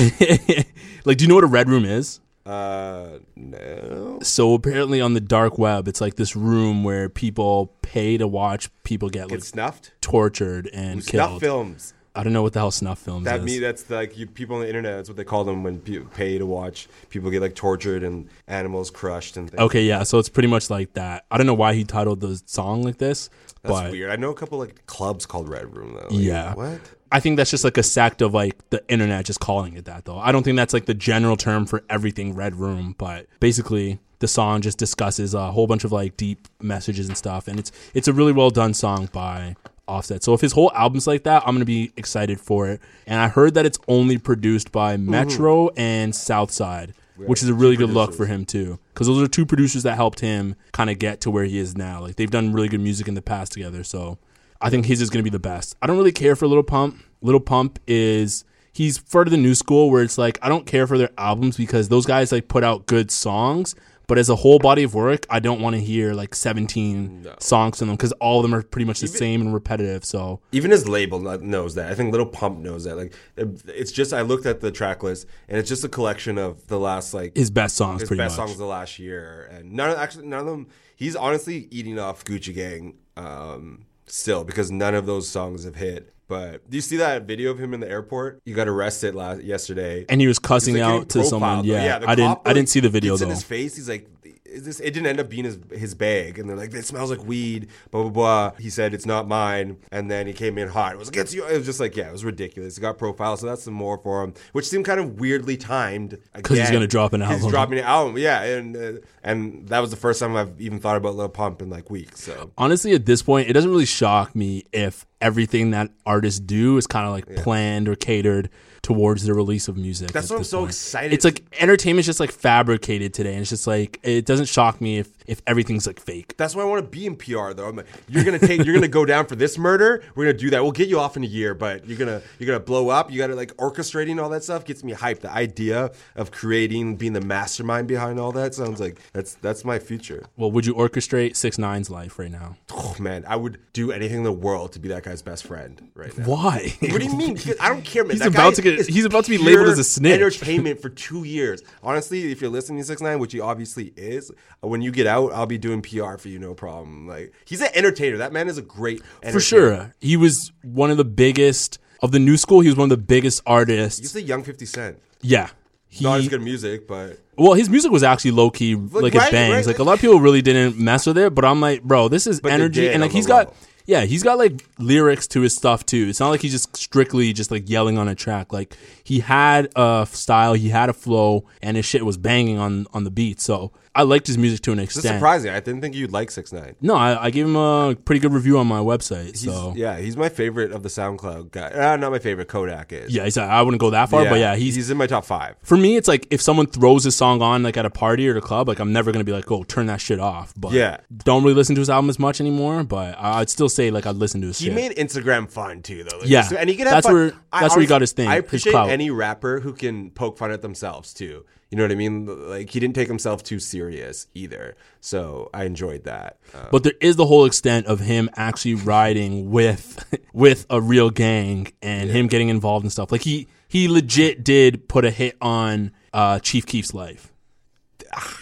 Speaker 1: like, do you know what a red room is?
Speaker 2: Uh, no.
Speaker 1: So apparently on the dark web, it's like this room where people pay to watch people get like
Speaker 2: Get snuffed?
Speaker 1: tortured and
Speaker 2: Snuff
Speaker 1: killed.
Speaker 2: films.
Speaker 1: I don't know what the hell snuff films
Speaker 2: That
Speaker 1: is.
Speaker 2: me. That's like you, people on the internet. That's what they call them when people pay to watch people get like tortured and animals crushed and things.
Speaker 1: okay, yeah. So it's pretty much like that. I don't know why he titled the song like this,
Speaker 2: that's
Speaker 1: but
Speaker 2: weird. I know a couple like clubs called Red Room though. Like,
Speaker 1: yeah,
Speaker 2: What?
Speaker 1: I think that's just like a sect of like the internet just calling it that though. I don't think that's like the general term for everything red room, but basically the song just discusses a whole bunch of like deep messages and stuff, and it's it's a really well done song by Offset. So if his whole album's like that, I'm gonna be excited for it. And I heard that it's only produced by Metro and Southside. Which is a really good look for him too, because those are two producers that helped him kind of get to where he is now. Like they've done really good music in the past together, so I think his is going to be the best. I don't really care for Little Pump. Little Pump is he's part of the new school where it's like I don't care for their albums because those guys like put out good songs, but as a whole body of work, I don't want to hear like 17 songs from them cuz all of them are pretty much the same and repetitive. So,
Speaker 2: Even his label kno- knows that. I think Little Pump knows that. Like, it's just I looked at the track list, and it's just a collection of the last like
Speaker 1: his best songs
Speaker 2: his
Speaker 1: pretty
Speaker 2: best
Speaker 1: much.
Speaker 2: songs of the last year, and none of actually none of them. He's honestly eating off Gucci Gang um, still because none of those songs have hit. But do you see that video of him in the airport? He got arrested last yesterday.
Speaker 1: and he was cussing
Speaker 2: He's, like,
Speaker 1: out
Speaker 2: getting
Speaker 1: to
Speaker 2: profiled,
Speaker 1: someone.
Speaker 2: though.
Speaker 1: Yeah.
Speaker 2: the
Speaker 1: I didn't
Speaker 2: cop,
Speaker 1: I
Speaker 2: like,
Speaker 1: didn't see the video
Speaker 2: gets
Speaker 1: though.
Speaker 2: In his face, he's like, "Is this?" It didn't end up being his his bag, and they're like, "It smells like weed." Blah blah blah. He said, "It's not mine," and then he came in hot. It was against you. It was just like, yeah, it was ridiculous. He got profiled, so that's some more for him, which seemed kind of weirdly timed. Because
Speaker 1: he's gonna drop an album.
Speaker 2: He's dropping an album, yeah, and uh, and that was the first time I've even thought about Lil Pump in like weeks. So
Speaker 1: honestly at this point it doesn't really shock me if everything that artists do is kind of like planned or catered towards the release of music at
Speaker 2: That's what I'm
Speaker 1: this
Speaker 2: so
Speaker 1: point.
Speaker 2: excited
Speaker 1: it's like entertainment's just like fabricated today and it's just like it doesn't shock me if if everything's like fake
Speaker 2: That's why I want to be in PR though. I'm like, you're gonna take, you're gonna go down for this murder. We're gonna do that. We'll get you off in a year, but you're gonna you're gonna blow up. You gotta like orchestrating all that stuff gets me hyped. The idea of creating, being the mastermind behind all that sounds like that's that's my future.
Speaker 1: well would you orchestrate six nine's life right now
Speaker 2: Oh man, I would do anything in the world to be that guy's best friend right now.
Speaker 1: why
Speaker 2: What do you mean? Because I don't care, man.
Speaker 1: He's
Speaker 2: That
Speaker 1: about
Speaker 2: guy
Speaker 1: to get-
Speaker 2: is
Speaker 1: he's about to be labeled
Speaker 2: pure
Speaker 1: as a snitch.
Speaker 2: Entertainment for two years. Honestly, if you're listening to Six Nine, which he obviously is, uh, when you get out, I'll be doing PR for you, no problem. Like he's an entertainer. That man is a great entertainer.
Speaker 1: for sure he was one of the biggest of the new school he was one of the biggest
Speaker 2: He's
Speaker 1: artists
Speaker 2: the young Fifty Cent.
Speaker 1: yeah he,
Speaker 2: Not as good music, but
Speaker 1: Well, his music was actually low key, like
Speaker 2: right,
Speaker 1: it bangs.
Speaker 2: right.
Speaker 1: Like a lot of people really didn't mess with it, but I'm like, bro, this is
Speaker 2: they
Speaker 1: energy,
Speaker 2: did
Speaker 1: and like
Speaker 2: on the
Speaker 1: he's got,
Speaker 2: level.
Speaker 1: yeah, he's got like lyrics to his stuff too. It's not like he's just strictly just like yelling on a track. Like he had a f- style, he had a flow, and his shit was banging on on the beat. So I liked his music to an
Speaker 2: This is
Speaker 1: extent.
Speaker 2: surprising. I didn't think you'd like Six Nine.
Speaker 1: No, I, I gave him a pretty good review on my website. So yeah,
Speaker 2: Yeah, he's my favorite of the SoundCloud guy. Uh, not my favorite. Kodak is.
Speaker 1: he's, I wouldn't go that far, but yeah, he's,
Speaker 2: he's in my top five.
Speaker 1: for me. It's like if someone throws a song on like at a party or at a club, like I'm never gonna be like, oh, turn that shit off. But
Speaker 2: Yeah.
Speaker 1: don't really listen to his album as much anymore. But I- I'd still say like I'd listen to his
Speaker 2: He
Speaker 1: shit.
Speaker 2: made Instagram fun too, though. Like,
Speaker 1: Yeah,
Speaker 2: so- and he can have
Speaker 1: that's
Speaker 2: fun.
Speaker 1: where- that's where he
Speaker 2: honestly-
Speaker 1: got his thing,
Speaker 2: I
Speaker 1: his
Speaker 2: appreciate
Speaker 1: clout.
Speaker 2: any rapper who can poke fun at themselves too. You know what I mean? Like he didn't take himself too serious either, so I enjoyed that. Uh,
Speaker 1: but there is the whole extent of him actually riding with with a real gang and him getting involved and stuff. Like he he legit did put a hit on uh, Chief Keef's life.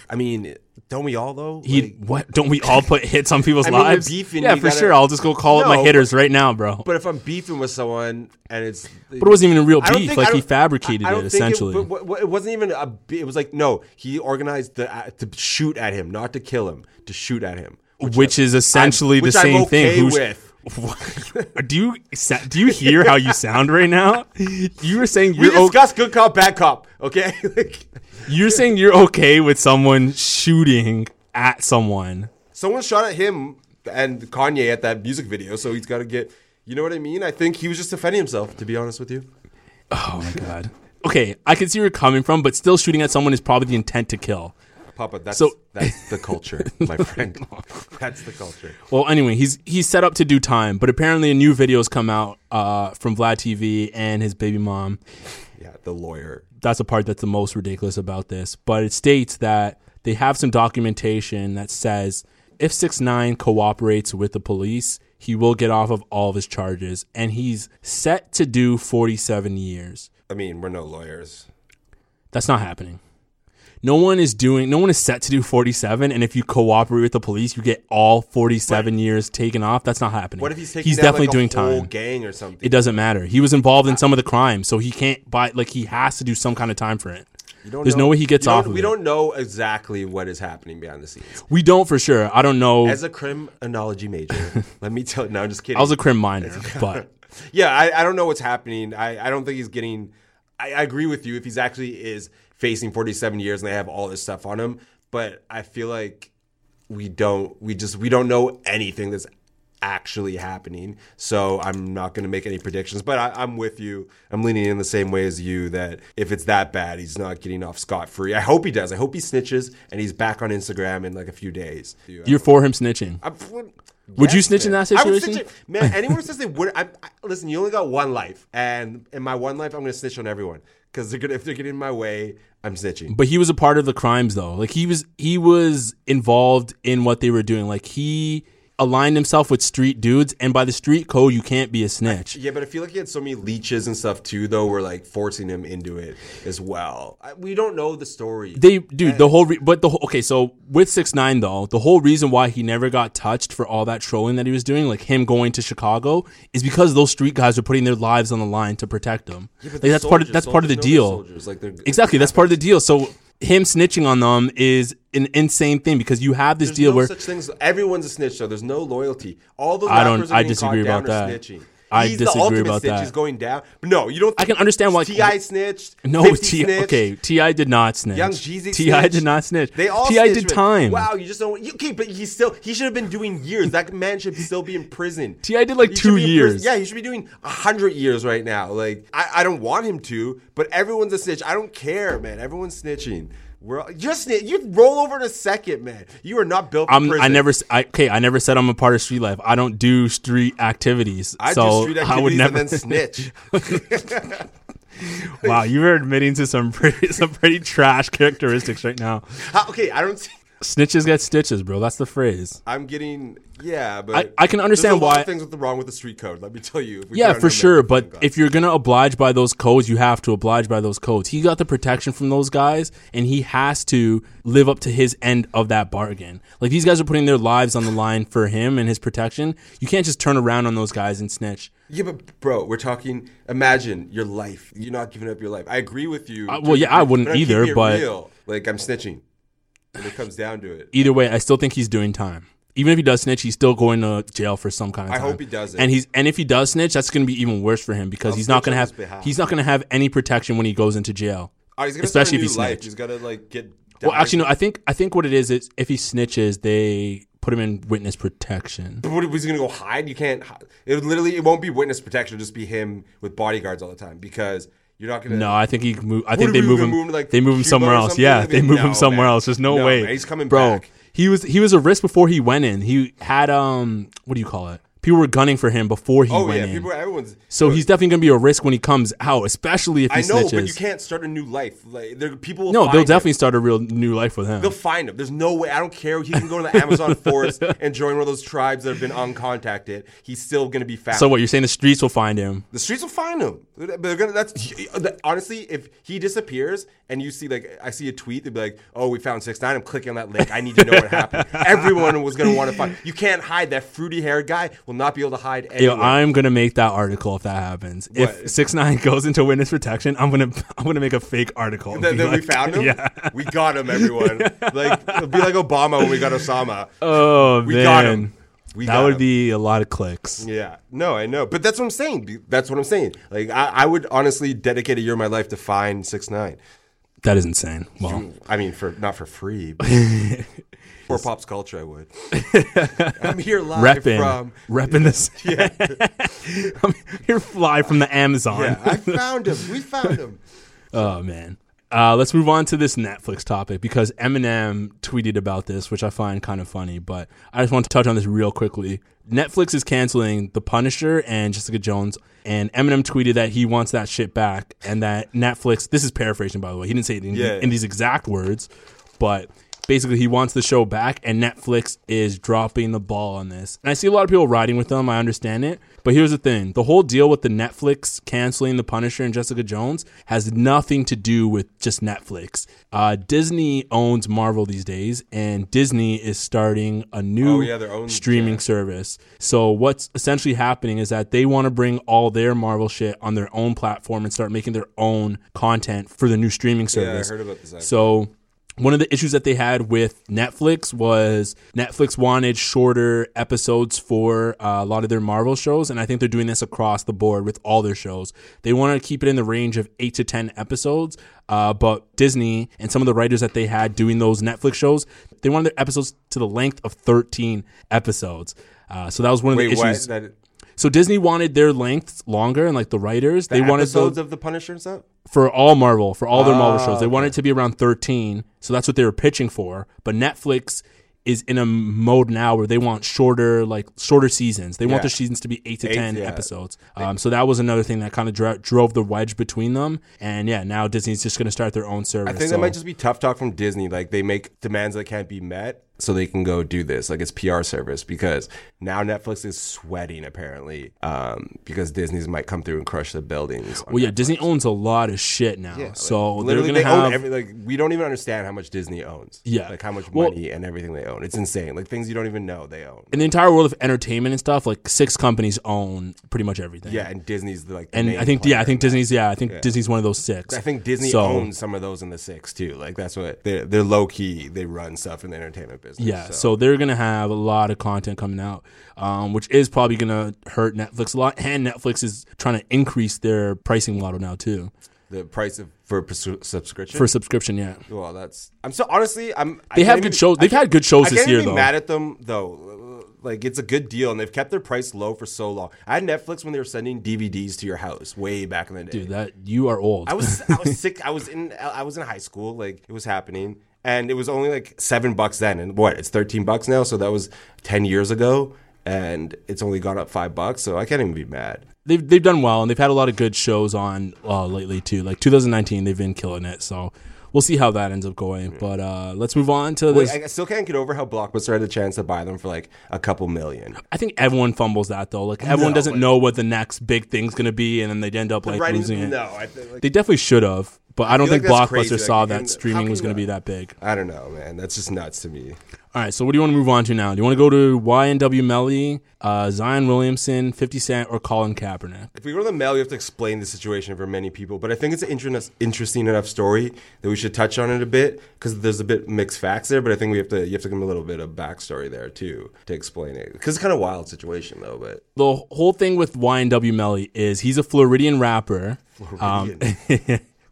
Speaker 2: I mean, don't we all though?
Speaker 1: He
Speaker 2: Like-
Speaker 1: what? Don't we all put hits on people's
Speaker 2: I mean, you're
Speaker 1: lives?
Speaker 2: beefing,
Speaker 1: yeah,
Speaker 2: you
Speaker 1: for
Speaker 2: gotta-
Speaker 1: sure. I'll just go call up my
Speaker 2: No,
Speaker 1: hitters right now, bro. But,
Speaker 2: but if I'm beefing with someone and it's, but
Speaker 1: it wasn't even a real beef. Like he fabricated it essentially.
Speaker 2: It, but what- it wasn't even a. be- It was like no, he organized the, uh, to shoot at him, not to kill him, to shoot at him.
Speaker 1: which, is essentially
Speaker 2: I'm-
Speaker 1: the
Speaker 2: which
Speaker 1: same
Speaker 2: I'm okay
Speaker 1: thing. Who's-
Speaker 2: with.
Speaker 1: do you sa- do you hear how you sound right now? You were saying
Speaker 2: We
Speaker 1: you're o-
Speaker 2: discussed good cop, bad cop. Okay, like
Speaker 1: you're saying you're okay with someone shooting at someone.
Speaker 2: someone shot at him and Kanye at that music video, so he's got to get. You know what I mean? I think he was just defending himself. To be honest with you,
Speaker 1: Oh my god. Okay, I can see where you're coming from, but still shooting at someone is probably the intent to kill.
Speaker 2: Papa. That's
Speaker 1: So-
Speaker 2: that's the culture, my friend. that's the culture.
Speaker 1: Well, anyway, he's he's set up to do time, but apparently a new video's come out uh, from Vlad TV and his baby mom.
Speaker 2: Yeah, the lawyer.
Speaker 1: that's the part that's the most ridiculous about this. But it states that they have some documentation that says if six nine cooperates with the police, he will get off of all of his charges, and he's set to do forty seven years.
Speaker 2: I mean, we're no lawyers.
Speaker 1: That's not happening. No one is doing. No one is set to do forty seven, and if you cooperate with the police, you get all forty seven years taken off. That's not happening.
Speaker 2: What if he's taking
Speaker 1: He's
Speaker 2: down,
Speaker 1: definitely
Speaker 2: like, a
Speaker 1: doing
Speaker 2: whole
Speaker 1: time.
Speaker 2: gang or something?
Speaker 1: It doesn't matter. He was involved in some of the crimes, so he can't buy. Like he has to do some kind of time for it.
Speaker 2: You don't
Speaker 1: There's
Speaker 2: know-
Speaker 1: no way he gets
Speaker 2: you don't-
Speaker 1: off of
Speaker 2: We
Speaker 1: it.
Speaker 2: don't know exactly what is happening behind the scenes.
Speaker 1: We don't for sure. I don't know.
Speaker 2: As a criminology major, let me tell you. No, I'm just kidding.
Speaker 1: I was a crim minor, but
Speaker 2: yeah, I, I don't know what's happening. I, I don't think he's getting. I, I agree with you if he's actually is facing 47 years and they have all this stuff on him, but I feel like we don't. We just we don't know anything that's actually happening. So I'm not going to make any predictions. But I, I'm with you. I'm leaning in the same way as you that if it's that bad, he's not getting off scot free. I hope he does. I hope he snitches and he's back on Instagram in like a few days.
Speaker 1: you're for him snitching.
Speaker 2: I'm fl-
Speaker 1: Would you
Speaker 2: Yes,
Speaker 1: snitch in
Speaker 2: man.
Speaker 1: that
Speaker 2: I would
Speaker 1: situation?
Speaker 2: snitch it. man. Anyone who says they would, I, I, listen. You only got one life, and in my one life, I'm gonna snitch on everyone because they're gonna if they're getting in my way, I'm snitching.
Speaker 1: But he was a part of the crimes though. Like he was he was involved in what they were doing. Like he aligned himself with street dudes and by the street code you can't be a snitch.
Speaker 2: yeah, but I feel like he had so many leeches and stuff too, though. We're like forcing him into it as well. I, we don't know the story.
Speaker 1: They dude, the whole re- but the whole, okay, so with 6-9 though, the whole reason why he never got touched for all that trolling that he was doing, like him going to Chicago, is because those street guys were putting their lives on the line to protect him. like, that's part of that's part of the deal. Exactly, that's part of the deal. So him snitching on them is an insane thing because you have this
Speaker 2: There's
Speaker 1: deal
Speaker 2: no
Speaker 1: where
Speaker 2: such things. Everyone's a snitch, though. There's no loyalty. All those
Speaker 1: I don't-
Speaker 2: rappers are
Speaker 1: I
Speaker 2: getting
Speaker 1: disagree
Speaker 2: caught
Speaker 1: about
Speaker 2: down are
Speaker 1: that.
Speaker 2: Snitching.
Speaker 1: I
Speaker 2: He's
Speaker 1: disagree
Speaker 2: the ultimate
Speaker 1: about
Speaker 2: snitch.
Speaker 1: that.
Speaker 2: He's going down. No, you don't.
Speaker 1: I can understand why-
Speaker 2: Ti snitched.
Speaker 1: no
Speaker 2: 50
Speaker 1: T.
Speaker 2: snitched.
Speaker 1: Okay, Ti did not snitch.
Speaker 2: Young Jeezy.
Speaker 1: Ti
Speaker 2: snitched.
Speaker 1: did not snitch.
Speaker 2: They all.
Speaker 1: Ti did
Speaker 2: snitched.
Speaker 1: time.
Speaker 2: Wow, you just don't. you- Okay, but he still. He should have been doing years. That man should still be in prison.
Speaker 1: T.I. did, like,
Speaker 2: He should
Speaker 1: two
Speaker 2: be in prison.
Speaker 1: years.
Speaker 2: Yeah, he should be doing a hundred years right now. Like I, I don't want him to, but everyone's a snitch. I don't care, man. Everyone's snitching. We're all, you're snitch. You roll over in a second, man. You are not built. For
Speaker 1: I'm,
Speaker 2: prison.
Speaker 1: I never. s- I, okay, I never said I'm a part of street life. I don't do street activities.
Speaker 2: I
Speaker 1: so
Speaker 2: do street
Speaker 1: I would
Speaker 2: activities
Speaker 1: never.
Speaker 2: and then snitch.
Speaker 1: wow, you are admitting to some pretty, some pretty trash characteristics right now.
Speaker 2: How- Uh, okay, I don't. See,
Speaker 1: Snitches get stitches, bro. That's the phrase.
Speaker 2: I'm getting yeah, but
Speaker 1: I- I can understand
Speaker 2: there's a lot
Speaker 1: why-
Speaker 2: of things with the wrong with the street code. Let me tell you. If we
Speaker 1: Yeah,
Speaker 2: found
Speaker 1: for
Speaker 2: him,
Speaker 1: sure.
Speaker 2: everything
Speaker 1: But
Speaker 2: gone.
Speaker 1: if you're gonna oblige by those codes, you have to oblige by those codes. He got the protection from those guys, and he has to live up to his end of that bargain. Like these guys are putting their lives on the line for him and his protection. You can't just turn around on those guys and snitch.
Speaker 2: Yeah, but bro, we're talking. Imagine your life. You're not giving up your life. I agree with you.
Speaker 1: Uh, well, yeah, I wouldn't
Speaker 2: I'm
Speaker 1: either,
Speaker 2: keeping it
Speaker 1: but- E
Speaker 2: real. like I'm snitching. When it comes down to it,
Speaker 1: Either way, I still think he's doing time. Even if he does snitch, he's still going to jail for some kind of
Speaker 2: I
Speaker 1: time.
Speaker 2: hope he doesn't.
Speaker 1: And he's and if he does snitch, that's going to be even worse for him because he's not
Speaker 2: snitch
Speaker 1: going to
Speaker 2: on his
Speaker 1: have
Speaker 2: behalf.
Speaker 1: he's not going to have any protection when he goes into jail.
Speaker 2: oh, he's gonna
Speaker 1: Especially
Speaker 2: especially
Speaker 1: if he
Speaker 2: start a new life.
Speaker 1: snitched.
Speaker 2: He's gotta like get
Speaker 1: Well, actually, no. I think I think what it is is if he snitches, they put him in witness protection.
Speaker 2: But what, was he gonna go hide? You can't. hi- It would literally, it won't be witness protection. It'll just be him with bodyguards all the time because you're not gonna.
Speaker 1: No, I think he. Move, I think
Speaker 2: are
Speaker 1: they
Speaker 2: we
Speaker 1: move
Speaker 2: gonna
Speaker 1: him.
Speaker 2: move him to, like,
Speaker 1: they move him
Speaker 2: Cuba
Speaker 1: somewhere
Speaker 2: or
Speaker 1: else.
Speaker 2: something?
Speaker 1: Yeah,
Speaker 2: Like,
Speaker 1: they move
Speaker 2: no,
Speaker 1: him somewhere
Speaker 2: man.
Speaker 1: else. There's no,
Speaker 2: No,
Speaker 1: way.
Speaker 2: man, he's coming
Speaker 1: bro.
Speaker 2: back.
Speaker 1: He was he was a risk before he went in. He had um what do you call it? People were gunning for him before he
Speaker 2: Oh
Speaker 1: went
Speaker 2: yeah,
Speaker 1: in.
Speaker 2: people. Everyone's.
Speaker 1: so he's definitely gonna be a risk when he comes out, especially if he
Speaker 2: I know,
Speaker 1: snitches.
Speaker 2: but you can't start a new life. Like there, people. Will
Speaker 1: no,
Speaker 2: find
Speaker 1: they'll
Speaker 2: him.
Speaker 1: definitely start a real new life with him.
Speaker 2: They'll find him. There's no way. I don't care. He can go to the Amazon forest and join one of those tribes that have been uncontacted. He's still gonna be found.
Speaker 1: so what you're saying? The streets will find him.
Speaker 2: The streets will find him. But They're gonna. That's honestly, if he disappears and you see like I see a tweet, they'd be like, "Oh, we found six nine. I'm clicking on that link. I need to know what happened." Everyone was gonna want to find. You can't hide that fruity haired guy. Will not be able to hide.
Speaker 1: Yo,
Speaker 2: Anywhere.
Speaker 1: I'm gonna make that article if that happens. If
Speaker 2: What?
Speaker 1: six nine goes into witness protection, I'm gonna I'm gonna make a fake article. and
Speaker 2: Th-
Speaker 1: be
Speaker 2: Then we
Speaker 1: like-
Speaker 2: found him.
Speaker 1: Yeah.
Speaker 2: We got him, everyone. Like it'll be like Obama when we got Osama.
Speaker 1: Oh
Speaker 2: we
Speaker 1: man,
Speaker 2: got him. We
Speaker 1: that
Speaker 2: got
Speaker 1: would
Speaker 2: him.
Speaker 1: be a lot of clicks.
Speaker 2: Yeah, no, I know, but that's what I'm saying. Be- That's what I'm saying. Like I, I would honestly dedicate a year of my life to find six nine.
Speaker 1: That is insane. Well,
Speaker 2: I mean, for not for free. But for pop's culture, I would. I'm here live
Speaker 1: repping,
Speaker 2: from.
Speaker 1: repping this. Yeah, I'm here fly from the Amazon.
Speaker 2: Yeah, I found him. We found him.
Speaker 1: Oh man. Uh, let's move on to this Netflix topic because Eminem tweeted about this, which I find kind of funny. But I just want to touch on this real quickly. Netflix is canceling The Punisher and Jessica Jones, and Eminem tweeted that he wants that shit back, and that Netflix. This is paraphrasing, by the way. He didn't say it in,
Speaker 2: Yeah.
Speaker 1: in these exact words, but basically he wants the show back, and Netflix is dropping the ball on this. And I see a lot of people riding with them. I understand it, but here's the thing: the whole deal with the Netflix canceling The Punisher and Jessica Jones has nothing to do with just Netflix. Uh, Disney owns Marvel these days, and Disney is starting a new
Speaker 2: Oh, yeah, their own-
Speaker 1: streaming service. So what's essentially happening is that they want to bring all their Marvel shit on their own platform and start making their own content for the new streaming
Speaker 2: I
Speaker 1: service.
Speaker 2: heard about this, actually.
Speaker 1: So one of the issues that they had with Netflix was Netflix wanted shorter episodes for uh, a lot of their Marvel shows, and I think they're doing this across the board with all their shows. They want to keep it in the range of eight to ten episodes, uh, but Disney and some of the writers that they had doing those Netflix shows, they wanted their episodes to the length of thirteen episodes. Uh, so that was one of
Speaker 2: Wait,
Speaker 1: the
Speaker 2: what?
Speaker 1: issues.
Speaker 2: That,
Speaker 1: so Disney wanted their lengths longer, and like the writers, they
Speaker 2: the
Speaker 1: wanted
Speaker 2: episodes
Speaker 1: the,
Speaker 2: of the Punisher and stuff.
Speaker 1: for all Marvel, for all their
Speaker 2: Ah,
Speaker 1: Marvel shows. They wanted it to be around 13, so that's what they were pitching for. But Netflix is in a mode now where they want shorter, like shorter seasons. They want
Speaker 2: Yeah.
Speaker 1: the seasons to be eight to
Speaker 2: Eight,
Speaker 1: ten
Speaker 2: yeah.
Speaker 1: episodes. Um, so that was another thing that kind of dra- drove the wedge between them. And yeah, now Disney's just going to start their own service.
Speaker 2: I think
Speaker 1: so.
Speaker 2: that might just be tough talk from Disney. Like they make demands that can't be met, so they can go do this. Like it's PR service because now Netflix is sweating apparently um, because Disney's might come through and crush the buildings. on
Speaker 1: well, yeah,
Speaker 2: Netflix.
Speaker 1: Disney owns a lot of shit now, so they're
Speaker 2: Literally,
Speaker 1: going
Speaker 2: they
Speaker 1: to have
Speaker 2: own every, like we don't even understand how much Disney owns.
Speaker 1: Yeah.
Speaker 2: like how much
Speaker 1: Well-
Speaker 2: money and everything they own. It's insane. Like things you don't even know they own.
Speaker 1: in the entire world of entertainment and stuff. Like six companies own pretty much everything.
Speaker 2: Yeah, and Disney's the, like. The
Speaker 1: and
Speaker 2: main
Speaker 1: I think yeah, I
Speaker 2: player.
Speaker 1: think Disney's yeah, I think Disney's one of those six.
Speaker 2: I think Disney
Speaker 1: So-
Speaker 2: owns some of those in the six too. Like that's what they're, they're low key. They run stuff in the entertainment business.
Speaker 1: Yeah, so. they're gonna have a lot of content coming out, um, which is probably gonna hurt Netflix a lot. And Netflix is trying to increase their pricing model now too
Speaker 2: the price of for pursu- subscription.
Speaker 1: for subscription. Yeah,
Speaker 2: well, that's I'm so honestly I'm. I
Speaker 1: They have
Speaker 2: can't
Speaker 1: good shows-
Speaker 2: I
Speaker 1: they've
Speaker 2: can't-
Speaker 1: had good shows
Speaker 2: I
Speaker 1: this
Speaker 2: can't
Speaker 1: year,
Speaker 2: even be
Speaker 1: though.
Speaker 2: Mad at them though. Like it's a good deal, and they've kept their price low for so long. I had Netflix when they were sending DVDs to your house way back in the day.
Speaker 1: dude, that you are old.
Speaker 2: I was I was sick. I was in I was in high school. Like it was happening, and it was only like seven bucks then. And what it's thirteen bucks now. So that was ten years ago, and it's only gone up five bucks. So I can't even be mad.
Speaker 1: they've they've done well, and they've had a lot of good shows on uh, lately too. Like 2019, they've been killing it. So we'll see how that ends up going. But uh, let's move on to
Speaker 2: Wait,
Speaker 1: this.
Speaker 2: I still can't get over how Blockbuster had a chance to buy them for like a couple million.
Speaker 1: I think everyone fumbles that though. Like everyone
Speaker 2: No,
Speaker 1: doesn't
Speaker 2: like-
Speaker 1: know what the next big thing's gonna be, and then they end up like
Speaker 2: Writing-
Speaker 1: losing it.
Speaker 2: no, I, think, like,
Speaker 1: They definitely should have, but I, don't
Speaker 2: feel
Speaker 1: think
Speaker 2: like that's
Speaker 1: Blockbuster
Speaker 2: crazy. Like,
Speaker 1: saw
Speaker 2: you
Speaker 1: that
Speaker 2: can- how
Speaker 1: streaming
Speaker 2: can
Speaker 1: was
Speaker 2: you
Speaker 1: gonna
Speaker 2: not-
Speaker 1: be that big.
Speaker 2: I don't know, man. That's just nuts to me.
Speaker 1: All right, so what do you want to move on to now? Do you want to go to YNW Melly, uh, Zion Williamson, 50 Cent, or Colin Kaepernick?
Speaker 2: If we go to the mail, we have to explain the situation for many people. But I think it's an interest, interesting enough story that we should touch on it a bit because there's a bit mixed facts there. But I think we have to you have to give them a little bit of backstory there too to explain it because it's kind of wild situation though. But
Speaker 1: The whole thing with YNW Melly is he's a Floridian rapper. Um,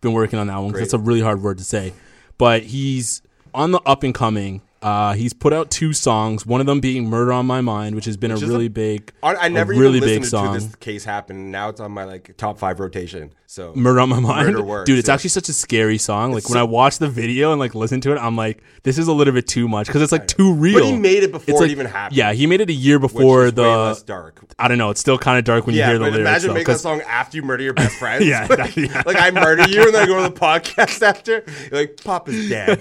Speaker 1: been working on that one because that's a really hard word to say. But he's on the up and coming. Uh, he's put out two songs, one of them being "Murder on My Mind," which has been a
Speaker 2: is a-
Speaker 1: really big,
Speaker 2: I, I
Speaker 1: a
Speaker 2: never
Speaker 1: really
Speaker 2: even
Speaker 1: big
Speaker 2: listened
Speaker 1: song.
Speaker 2: to this case happen. Now it's on my like top five rotation. So
Speaker 1: Murder on My Mind.
Speaker 2: Murder works,
Speaker 1: Dude, it's
Speaker 2: yeah.
Speaker 1: actually such a scary song. Like when I watch the video and like listen to it, I'm like, this is a little bit too much because it's like too real.
Speaker 2: But he made it before
Speaker 1: It's
Speaker 2: it
Speaker 1: like-
Speaker 2: even happened,
Speaker 1: Yeah, he made it a year
Speaker 2: which
Speaker 1: before
Speaker 2: is way less
Speaker 1: the.
Speaker 2: dark.
Speaker 1: I don't know. It's still kind of dark when you
Speaker 2: Yeah,
Speaker 1: hear the
Speaker 2: but
Speaker 1: lyrics.
Speaker 2: imagine
Speaker 1: though,
Speaker 2: making
Speaker 1: 'cause-
Speaker 2: that song after you murder your best friend.
Speaker 1: Yeah, that- yeah.
Speaker 2: like I murder you and then I go to the podcast after. You're like Pop is dead.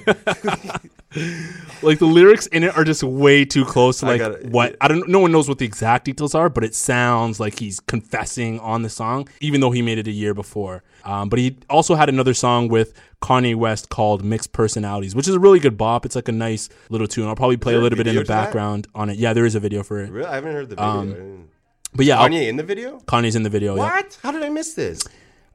Speaker 1: like the lyrics in it are just way too close to like
Speaker 2: gotta-
Speaker 1: what I don't. No one knows what the exact details are, but it sounds like he's confessing on the song, even though he made it a year before. Um, but he also had another song with Kanye West called "Mixed Personalities," which is a really good bop. It's like a nice little tune. I'll probably play a
Speaker 2: there a
Speaker 1: little bit in
Speaker 2: video
Speaker 1: the
Speaker 2: to that?
Speaker 1: background on it. Yeah, there is a video for it.
Speaker 2: really, I haven't heard the video.
Speaker 1: Um,
Speaker 2: I didn't-
Speaker 1: But yeah, I'll-
Speaker 2: Kanye in the video?
Speaker 1: Kanye's in the video. Yeah,
Speaker 2: What? How did I miss this?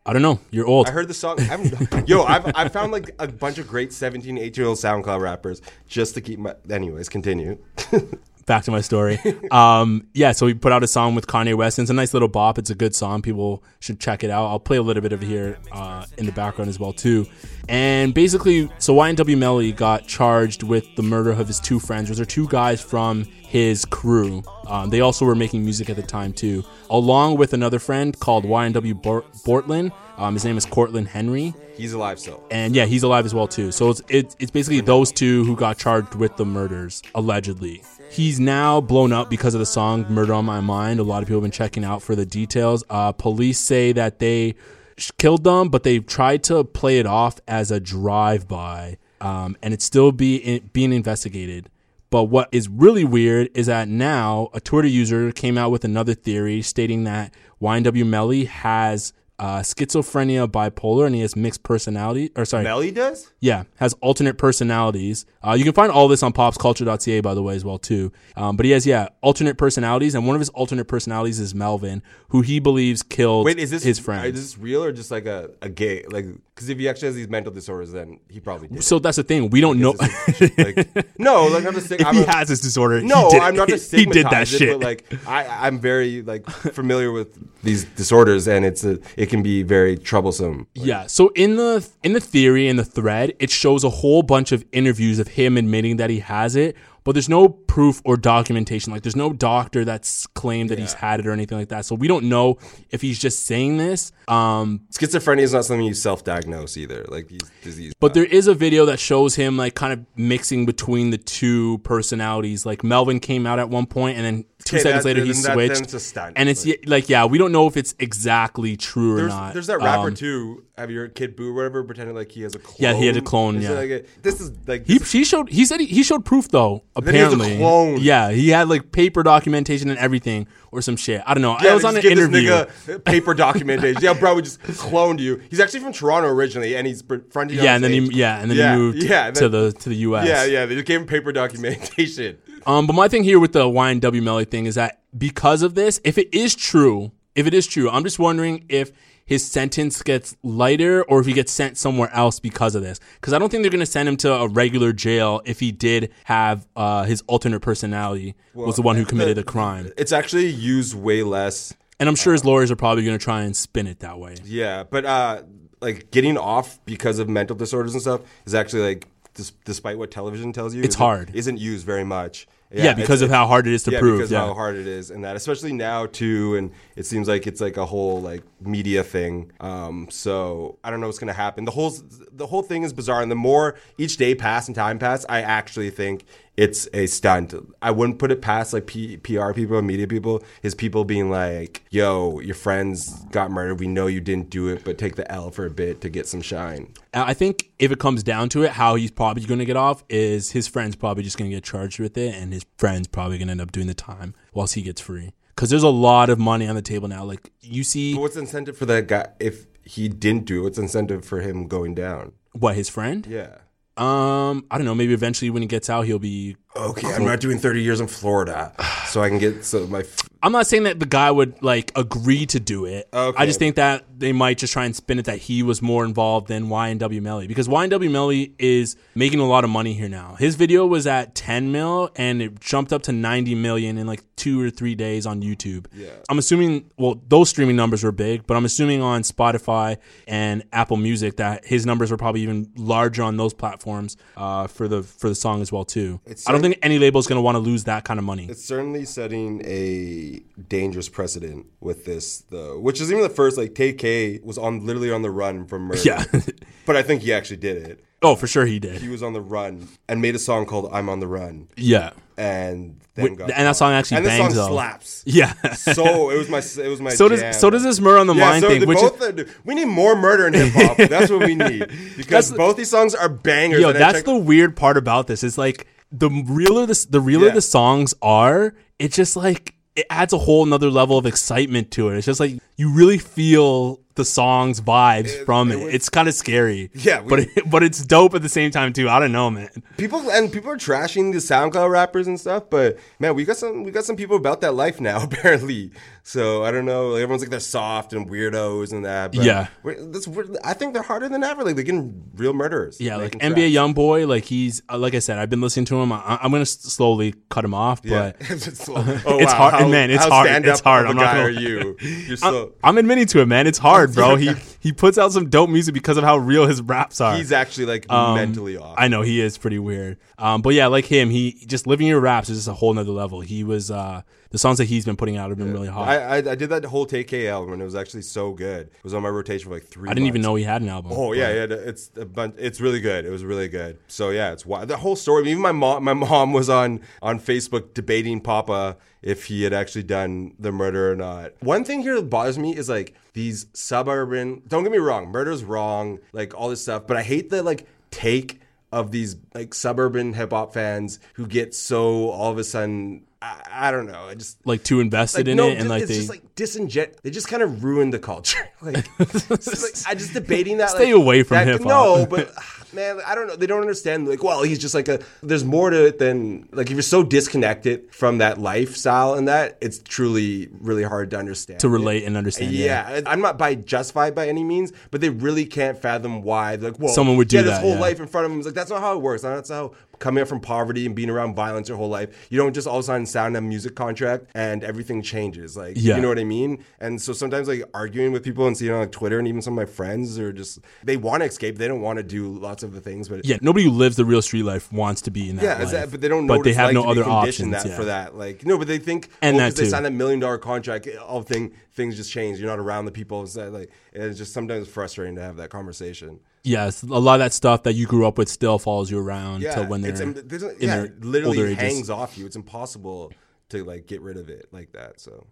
Speaker 1: I don't know. You're old.
Speaker 2: I heard the song. I'm, yo, I've, I found like a bunch of great 17, 18 year old SoundCloud rappers just to keep my. Anyways, continue.
Speaker 1: back to my story. um, yeah, so we put out a song with Kanye West. And it's a nice little bop. It's a good song. People should check it out. I'll play a little bit of it here uh, in the background as well too. And basically, so YNW Melly got charged with the murder of his two friends. Those are two guys from his crew. Um, they also were making music at the time too, along with another friend called YNW Bort- Bortland. Um, his name is Cortland Henry
Speaker 2: He's alive still.
Speaker 1: and yeah, he's alive as well too. So it's it's, it's basically those two who got charged with the murders allegedly. He's now blown up because of the song "Murder on My Mind." A lot of people have been checking out for the details. Uh, police say that they sh- killed them, but they tried to play it off as a drive-by, um, and it's still be being investigated. But what is really weird is that now a Twitter user came out with another theory stating that YNW Melly has uh, schizophrenia, bipolar, and he has mixed personality. Or sorry,
Speaker 2: Melly E does?
Speaker 1: yeah, has alternate personalities. Uh, you can find all this on popsculture.ca by the way as well too. Um, but he has yeah alternate personalities, and one of his alternate personalities is Melvin, who he believes killed
Speaker 2: Wait, is this
Speaker 1: his
Speaker 2: Is
Speaker 1: friend.
Speaker 2: this real or just like a, a gay? Like, because if he actually has these mental disorders, then he probably did.
Speaker 1: so that's the thing. We don't know.
Speaker 2: Like, no, like I'm just saying.
Speaker 1: If
Speaker 2: I'm
Speaker 1: he
Speaker 2: a-
Speaker 1: has this disorder,
Speaker 2: no,
Speaker 1: he did,
Speaker 2: I'm not
Speaker 1: he-
Speaker 2: just
Speaker 1: He did that
Speaker 2: stigmatize it,
Speaker 1: shit.
Speaker 2: But like, I, I'm very like familiar with these disorders, and it's a, it can be very troublesome.
Speaker 1: yeah. So in the in the theory in the thread, it shows a whole bunch of interviews of him admitting that he has it, but there's no proof or documentation. Like there's no doctor that's claimed that he's had it or anything like that. So we don't know if he's just saying this. Um,
Speaker 2: Schizophrenia is not something you self-diagnose either. Like these diseases.
Speaker 1: but there is a video that shows him like kind of mixing between the two personalities. Like Melvin came out at one point, and then two
Speaker 2: Okay,
Speaker 1: seconds
Speaker 2: that-
Speaker 1: later he
Speaker 2: then that-
Speaker 1: switched.
Speaker 2: then it's a stunt,
Speaker 1: and it's
Speaker 2: but-
Speaker 1: y- like yeah, we don't know if it's exactly true or
Speaker 2: There's,
Speaker 1: not. Um,
Speaker 2: there's that rapper too. Have your kid Boo, or whatever, pretending like he has a clone.
Speaker 1: Yeah, he had a clone,
Speaker 2: It's
Speaker 1: yeah.
Speaker 2: like a- this is like
Speaker 1: He,
Speaker 2: this
Speaker 1: he showed he said he, he showed proof though
Speaker 2: then he was a
Speaker 1: apparently
Speaker 2: clone.
Speaker 1: yeah he had like paper documentation and everything or some shit I don't know
Speaker 2: Yeah,
Speaker 1: I was
Speaker 2: they
Speaker 1: on an
Speaker 2: just give
Speaker 1: interview
Speaker 2: This nigga paper documentation. yeah, bro, we just cloned you. He's actually from Toronto originally, and he's befriended.
Speaker 1: yeah and then he yeah and then he moved
Speaker 2: yeah,
Speaker 1: to
Speaker 2: then-
Speaker 1: the to the U.S.
Speaker 2: Yeah, yeah. They just gave him paper documentation.
Speaker 1: Um, but my thing here with the YNW Melly thing is that because of this, if it is true, if it is true, I'm just wondering if his sentence gets lighter or if he gets sent somewhere else because of this. Because I don't think they're going to send him to a regular jail if he did have uh, his alternate personality was the one who committed the crime.
Speaker 2: It's actually used way less.
Speaker 1: And I'm sure his lawyers are probably going to try and spin it that way.
Speaker 2: Yeah, but uh, like getting off because of mental disorders and stuff is actually like, dis- despite what television tells you, it's
Speaker 1: hard.
Speaker 2: Isn't used very much.
Speaker 1: Yeah, because
Speaker 2: it's-
Speaker 1: of how hard it is to
Speaker 2: yeah,
Speaker 1: prove.
Speaker 2: because
Speaker 1: yeah.
Speaker 2: of how hard it is, and that especially now too, and it seems like it's like a whole like media thing. Um, so I don't know what's gonna happen. The whole the whole thing is bizarre, and the more each day pass and time pass, I actually think it's a stunt. I wouldn't put it past like P- PR people and media people. Is people being like, "Yo, your friends got murdered. We know you didn't do it, but take the L for a bit to get some shine."
Speaker 1: I think if it comes down to it, how he's probably going to get off is his friend's probably just going to get charged with it, and his friend's probably going to end up doing the time whilst he gets free. Because there's a lot of money on the table now. Like you see,
Speaker 2: But what's the incentive for that guy if he didn't do it? What's the incentive for him going down?
Speaker 1: what his friend?
Speaker 2: Yeah.
Speaker 1: Um, I don't know. Maybe eventually when he gets out, he'll be
Speaker 2: okay, I'm not doing 30 years in Florida, so I can get so my. F-
Speaker 1: I'm not saying that the guy would like agree to do it. I just think that they might just try and spin it that he was more involved than YNW Melly because YNW Melly is making a lot of money here now. His video was at 10 mil and it jumped up to 90 million in like two or three days on YouTube. Yeah. I'm assuming well those streaming numbers were big, but I'm assuming on Spotify and Apple Music that his numbers were probably even larger on those platforms uh, for the for the song as well too. I don't think any label's going to want to lose that kind of money.
Speaker 2: it's certainly setting a dangerous precedent with this, though, which is even the first. Like, Tay K was on literally on the run from murder.
Speaker 1: Yeah.
Speaker 2: but I think he actually did it.
Speaker 1: oh, for sure he did.
Speaker 2: He was on the run and made a song called "I'm on the Run,"
Speaker 1: Yeah.
Speaker 2: and
Speaker 1: Wait,
Speaker 2: then got
Speaker 1: and that
Speaker 2: caught.
Speaker 1: song actually
Speaker 2: and this
Speaker 1: bangs,
Speaker 2: song
Speaker 1: though.
Speaker 2: slaps.
Speaker 1: Yeah.
Speaker 2: So it was my it was my
Speaker 1: So does
Speaker 2: jam.
Speaker 1: so does this murder on the mind
Speaker 2: so
Speaker 1: thing,
Speaker 2: they
Speaker 1: which
Speaker 2: both
Speaker 1: is
Speaker 2: uh, we need more murder in hip hop. that's what we need because
Speaker 1: That's-
Speaker 2: both these songs are bangers.
Speaker 1: yo,
Speaker 2: and I
Speaker 1: that's
Speaker 2: checked-
Speaker 1: the weird part about this. It's like the realer the the realer
Speaker 2: Yeah.
Speaker 1: the songs are, it just like it adds a whole another level of excitement to it. It's just like you really feel the song's vibes from it. it's kind of scary.
Speaker 2: Yeah, we-
Speaker 1: but it, but it's dope at the same time too. I don't know, man.
Speaker 2: people and people are trashing the SoundCloud rappers and stuff. But man, we got some we got some people about that life now apparently. So I don't know. Like, everyone's like they're soft and weirdos and that. But
Speaker 1: Yeah.
Speaker 2: we're, that's, we're, I think they're harder than ever. Like they're getting real murderers.
Speaker 1: Yeah, like
Speaker 2: Making
Speaker 1: NBA
Speaker 2: tracks.
Speaker 1: YoungBoy, like he's uh, like I said, I've been listening to him. I- I, I'm gonna s- slowly cut him off,
Speaker 2: Yeah.
Speaker 1: but
Speaker 2: It's like, oh,
Speaker 1: It's hard-
Speaker 2: how-
Speaker 1: man, it's
Speaker 2: how
Speaker 1: hard.
Speaker 2: stand
Speaker 1: It's
Speaker 2: up
Speaker 1: hard.
Speaker 2: of a
Speaker 1: I'm not
Speaker 2: guy
Speaker 1: gonna-
Speaker 2: are you? You're
Speaker 1: I'm,
Speaker 2: so.
Speaker 1: I'm admitting to it, man. It's hard, bro. He he puts out some dope music because of how real his raps are.
Speaker 2: He's actually like mentally off.
Speaker 1: Um, I know he is pretty weird. Um, but yeah, like him, he just living your raps is just a whole nother level. He was uh, the songs that he's been putting out have been really hot. I,
Speaker 2: I, I I did that whole Take K album and it was actually so good. It was on my rotation for like three.
Speaker 1: didn't even
Speaker 2: months.
Speaker 1: know he had an album.
Speaker 2: Oh yeah, yeah. It's a bunch, it's really good. It was really good. So yeah, it's wild. the whole story. Even my mom, my mom was on on Facebook debating Papa if he had actually done the murder or not. One thing here that bothers me is like these suburban. Don't get me wrong, murder's wrong. Like all this stuff, but I hate the like take of these like suburban hip hop fans who get so all of a sudden. I, I don't know. I just
Speaker 1: like too invested in it,
Speaker 2: ju-
Speaker 1: and like
Speaker 2: it's
Speaker 1: they
Speaker 2: just like disingen. They just kind of ruined the culture. like, it's like, I just debating that.
Speaker 1: Stay
Speaker 2: like,
Speaker 1: away from
Speaker 2: that-
Speaker 1: hip-hop.
Speaker 2: No, but ah, man, I don't know. They don't understand. Like, well, he's just like a. There's more to it than like if you're so disconnected from that lifestyle and that, it's truly really hard to understand.
Speaker 1: to relate and understand. Yeah,
Speaker 2: Yeah, I- I'm not by justified by any means, but they really can't fathom why. They're like, well,
Speaker 1: Someone would do
Speaker 2: yeah, His
Speaker 1: that,
Speaker 2: whole
Speaker 1: yeah.
Speaker 2: life in front of him is like that's not how it works. That's how coming up from poverty and being around violence your whole life, you don't just all of a sudden sign a music contract and everything changes. Like,
Speaker 1: Yeah.
Speaker 2: you know what I mean? And so sometimes like arguing with people and seeing on like Twitter and even some of my friends are just they want to escape. They don't want to do lots of the things, but
Speaker 1: yeah. Nobody who lives the real street life wants to be in that.
Speaker 2: yeah,
Speaker 1: life,
Speaker 2: is that, but they don't know.
Speaker 1: But
Speaker 2: what
Speaker 1: they
Speaker 2: it's
Speaker 1: have
Speaker 2: like
Speaker 1: no
Speaker 2: to be
Speaker 1: other
Speaker 2: conditioned
Speaker 1: options
Speaker 2: That
Speaker 1: yeah.
Speaker 2: for that, like no, but they think
Speaker 1: And
Speaker 2: oh,
Speaker 1: that
Speaker 2: 'cause they
Speaker 1: too.
Speaker 2: signed that million dollar contract, all thing things just change. You're not around the people. It's that, like and it's just sometimes frustrating to have that conversation.
Speaker 1: Yes, a lot of that stuff that you grew up with still follows you around
Speaker 2: Yeah,
Speaker 1: till when they're
Speaker 2: it's, um, there's-
Speaker 1: in
Speaker 2: yeah,
Speaker 1: their
Speaker 2: it literally
Speaker 1: older ages.
Speaker 2: hangs off you. It's impossible to like get rid of it like that. So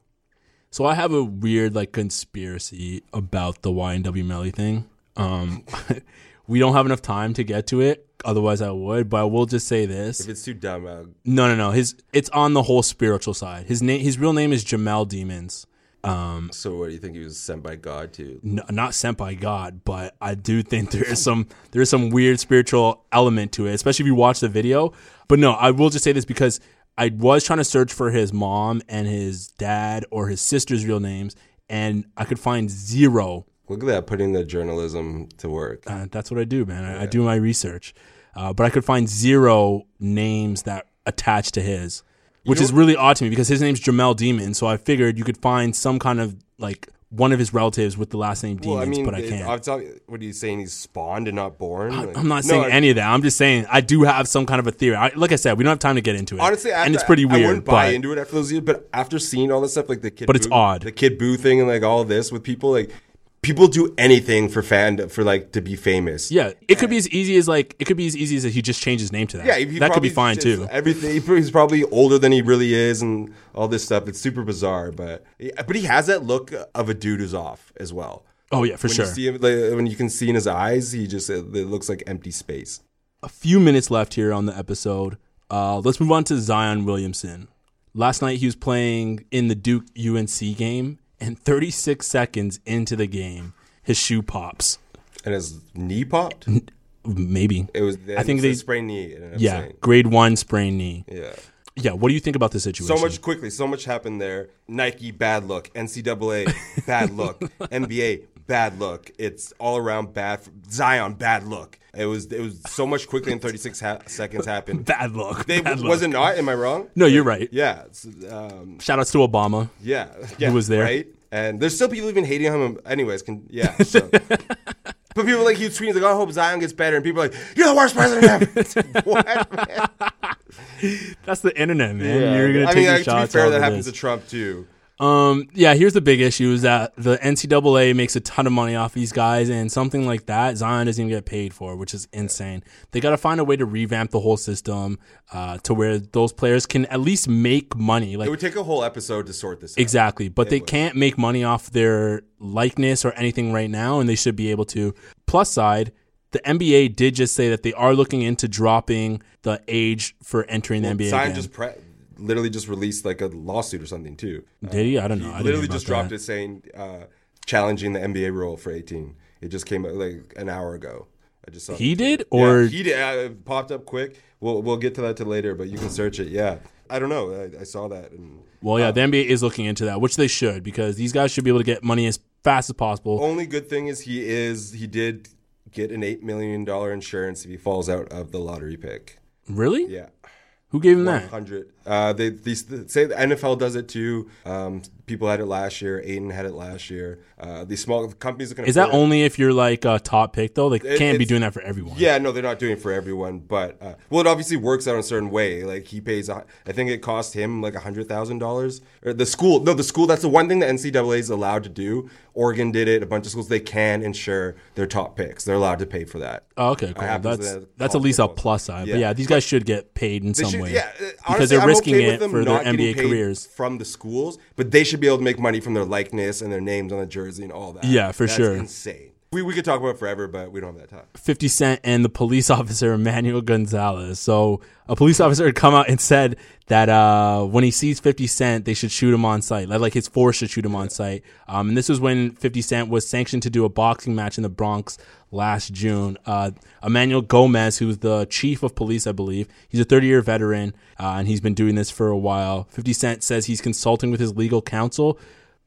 Speaker 1: So I have a weird like conspiracy about the YNW Melly thing. Um, we don't have enough time to get to it. Otherwise, I would. But I will just say this:
Speaker 2: if it's too dumb, uh,
Speaker 1: No, no, no. His it's on the whole spiritual side. His name, his real name is Jamel Demons.
Speaker 2: so what do you think he was sent by God to?
Speaker 1: N- not sent by God, but I do think there is some there is some weird spiritual element to it, especially if you watch the video. But no, I will just say this because I was trying to search for his mom and his dad or his sister's real names, and I could find zero.
Speaker 2: Look at that, putting the journalism to work.
Speaker 1: Uh, that's what I do, man. I, I do my research, uh, but I could find zero names that attach to his, which is really odd to me because his name's Jamel Demon. So I figured you could find some kind of like one of his relatives with the last name Demons,
Speaker 2: Well, I mean,
Speaker 1: but I
Speaker 2: it-
Speaker 1: can't.
Speaker 2: I'm talking- what are you saying? He's spawned and not born. Like-
Speaker 1: I'm not
Speaker 2: No,
Speaker 1: saying
Speaker 2: I-
Speaker 1: any of that. I'm just saying I do have some kind of a theory. I, like I said, we don't have time to get into it.
Speaker 2: Honestly, after,
Speaker 1: and it's pretty
Speaker 2: I
Speaker 1: weird.
Speaker 2: wouldn't buy
Speaker 1: but
Speaker 2: into it after those years, but after seeing all this stuff, like the kid,
Speaker 1: But it's
Speaker 2: Boo-
Speaker 1: odd.
Speaker 2: the kid Boo thing, and like all this with people, like people do anything for fan for like to be famous.
Speaker 1: yeah, it could be as easy as like it could be as easy as that he just changed his name to that.
Speaker 2: yeah, he
Speaker 1: that could
Speaker 2: probably
Speaker 1: be fine
Speaker 2: just-
Speaker 1: too.
Speaker 2: Everything he probably- he's probably older than he really is, and all this stuff. It's super bizarre, but but he has that look of a dude who's off as well.
Speaker 1: Oh yeah, for
Speaker 2: when
Speaker 1: sure.
Speaker 2: You see him, like, when you can see in his eyes, he just it looks like empty space.
Speaker 1: a few minutes left here on the episode. Uh, let's move on to Zion Williamson. Last night he was playing in the Duke UNC game, and 36 seconds into the game, his shoe pops.
Speaker 2: And his knee popped.
Speaker 1: Maybe.
Speaker 2: It was.
Speaker 1: I think they.
Speaker 2: sprained knee. and I'm
Speaker 1: yeah,
Speaker 2: saying,
Speaker 1: grade one sprained knee.
Speaker 2: yeah.
Speaker 1: Yeah, what do you think about the situation?
Speaker 2: So much quickly. So much happened there. Nike bad look. NCAA bad look. NBA bad look. It's all around bad. For, Zion bad look. It was. It was so much quickly in 36 ha- seconds happened.
Speaker 1: bad luck.
Speaker 2: They
Speaker 1: bad luck.
Speaker 2: was it not? Am I wrong?
Speaker 1: No, you're right.
Speaker 2: Yeah. it's, um,
Speaker 1: Shout outs to Obama.
Speaker 2: yeah. Yeah.
Speaker 1: was there.
Speaker 2: Right. And there's still people even hating him. Anyways, can yeah. So. But people like he tweets like, "I hope Zion gets better," and people are like, "You're the worst president ever." what? man?
Speaker 1: That's the internet, man. You're gonna
Speaker 2: I
Speaker 1: take
Speaker 2: mean,
Speaker 1: your
Speaker 2: like, to be
Speaker 1: shots.
Speaker 2: fair,
Speaker 1: all
Speaker 2: that
Speaker 1: of
Speaker 2: happens
Speaker 1: this.
Speaker 2: to Trump too.
Speaker 1: Um, yeah, here's the big issue is that the NCAA makes a ton of money off these guys, and something like that, Zion doesn't even get paid for, which is insane. They got to find a way to revamp the whole system uh, to where those players can at least make money. Like,
Speaker 2: It would take a whole episode to sort this. out.
Speaker 1: Exactly, but they can't make money off their likeness or anything right now, and they should be able to. Plus side, the NBA did just say that they are looking into dropping the age for entering the NBA.
Speaker 2: Zion
Speaker 1: again.
Speaker 2: just pre- literally just released like a lawsuit or something too.
Speaker 1: did he? I don't know. I didn't hear
Speaker 2: literally
Speaker 1: about
Speaker 2: just dropped
Speaker 1: that.
Speaker 2: it saying uh, challenging the NBA rule for 18. It just came out like an hour ago. I just saw
Speaker 1: He
Speaker 2: it.
Speaker 1: did,
Speaker 2: Yeah,
Speaker 1: or
Speaker 2: he did. Uh, It popped up quick. We'll we'll get to that to later, but you can search it. Yeah, I don't know. I, I saw that. And
Speaker 1: well, yeah, the NBA is looking into that, which they should because these guys should be able to get money as fast as possible.
Speaker 2: only good thing is he is he did get an eight million dollar insurance if he falls out of the lottery pick.
Speaker 1: Really?
Speaker 2: Yeah.
Speaker 1: Who gave him that?
Speaker 2: 100. Uh, they, they s- say the NFL does it too. Um, people had it last year. Aiden had it last year. Uh, these small companies that can
Speaker 1: Is that
Speaker 2: afford it-
Speaker 1: only if you're like a top pick though? They
Speaker 2: It-
Speaker 1: can't be
Speaker 2: it's-
Speaker 1: doing that for everyone.
Speaker 2: Yeah, no, they're not doing it for everyone, but uh, well, it obviously works out in a certain way. Like he pays, a- I think it cost him like a hundred thousand dollars. Or the school, no, the school. That's the one thing the NCAA is allowed to do. Oregon did it. A bunch of schools they can insure their top picks. They're allowed to pay for that.
Speaker 1: Oh, okay, cool.
Speaker 2: happens
Speaker 1: That's
Speaker 2: to
Speaker 1: that's at
Speaker 2: college
Speaker 1: least a
Speaker 2: football.
Speaker 1: plus side. But
Speaker 2: Yeah.
Speaker 1: yeah, these guys should get paid in some
Speaker 2: should-
Speaker 1: way
Speaker 2: Yeah, uh, honestly,
Speaker 1: because they're
Speaker 2: I'm
Speaker 1: risking
Speaker 2: okay with
Speaker 1: it
Speaker 2: them
Speaker 1: for their
Speaker 2: not getting
Speaker 1: NBA
Speaker 2: paid
Speaker 1: careers.
Speaker 2: from the schools, but they should be able to make money from their likeness and their names on the jersey and all that.
Speaker 1: Yeah, for
Speaker 2: That's
Speaker 1: sure.
Speaker 2: Insane. We we could talk about it forever, but we don't have that time.
Speaker 1: 50 Cent and the police officer Emmanuel Gonzalez. So a police officer had come out and said that uh, when he sees 50 Cent, they should shoot him on sight. Like like his force should shoot him on sight. Um, and this was when 50 Cent was sanctioned to do a boxing match in the Bronx last June. Uh, Emmanuel Gomez, who's the chief of police, I believe, he's a 30 year veteran uh, and he's been doing this for a while. 50 Cent says he's consulting with his legal counsel.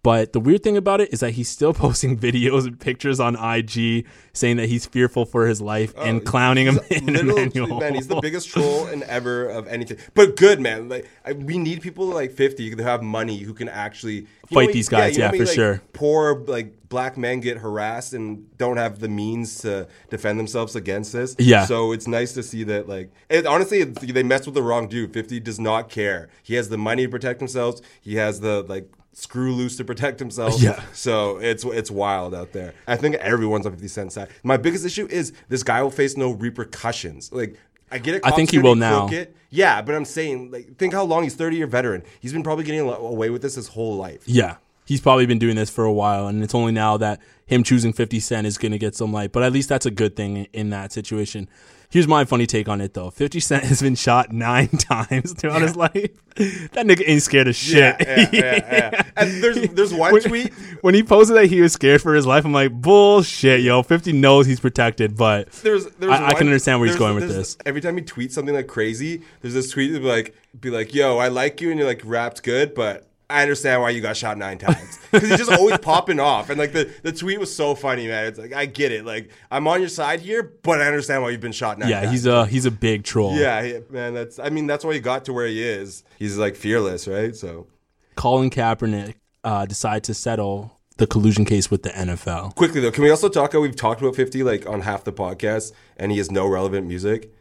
Speaker 1: But the weird thing about it is that he's still posting videos and pictures on IG saying that he's fearful for his life
Speaker 2: Oh,
Speaker 1: and clowning him in
Speaker 2: Little
Speaker 1: Emmanuel.
Speaker 2: man, he's the biggest troll and ever of anything. But good man, like I, we need people like fifty who have money who can actually you know
Speaker 1: Fight
Speaker 2: when-
Speaker 1: these guys,
Speaker 2: you know
Speaker 1: yeah,
Speaker 2: when,
Speaker 1: for
Speaker 2: like,
Speaker 1: sure.
Speaker 2: Poor like black men get harassed and don't have the means to defend themselves against this.
Speaker 1: Yeah.
Speaker 2: So it's nice to see that like it, honestly it's- they messed with the wrong dude. Fifty does not care. He has the money to protect himself. He has the like. Screw loose to protect himself.
Speaker 1: Yeah.
Speaker 2: So it's it's wild out there. I think everyone's on 50 Cent side. My biggest issue is this guy will face no repercussions. Like I get it.
Speaker 1: I think
Speaker 2: cops
Speaker 1: he
Speaker 2: gonna
Speaker 1: will
Speaker 2: be
Speaker 1: now.
Speaker 2: crooked. Yeah, but I'm saying like think how long he's 30 year veteran. He's been probably getting lo- away with this his whole life.
Speaker 1: yeah. He's probably been doing this for a while, and it's only now that him choosing 50 Cent is going to get some light. But at least that's a good thing in, in that situation. Here's my funny take on it, though 50 Cent has been shot nine times throughout his life. That nigga ain't scared of shit.
Speaker 2: yeah, yeah, yeah. And there's there's one tweet.
Speaker 1: when he posted that he was scared for his life, I'm like, bullshit, yo. 50 knows he's protected, but
Speaker 2: There's, there's
Speaker 1: I, I
Speaker 2: one-
Speaker 1: can understand where he's
Speaker 2: there's-
Speaker 1: going with
Speaker 2: there's-
Speaker 1: this.
Speaker 2: Every time he tweets something like crazy, there's this tweet that be like be like, "Yo, I like you," and you're like rapped good, but I understand why you got shot nine times because he's just always popping off. And like the, the tweet was so funny, man. It's like I get it. Like I'm on your side here, but I understand why you've been shot nine.
Speaker 1: Yeah,
Speaker 2: times.
Speaker 1: he's a he's a big troll.
Speaker 2: Yeah, he- man, that's. I mean, that's why he got to where he is. He's like fearless, right? So
Speaker 1: Colin Kaepernick uh, decided to settle the collusion case with the NFL.
Speaker 2: quickly though, can we also talk how we've talked about Fifty like on half the podcast, and he has no relevant music,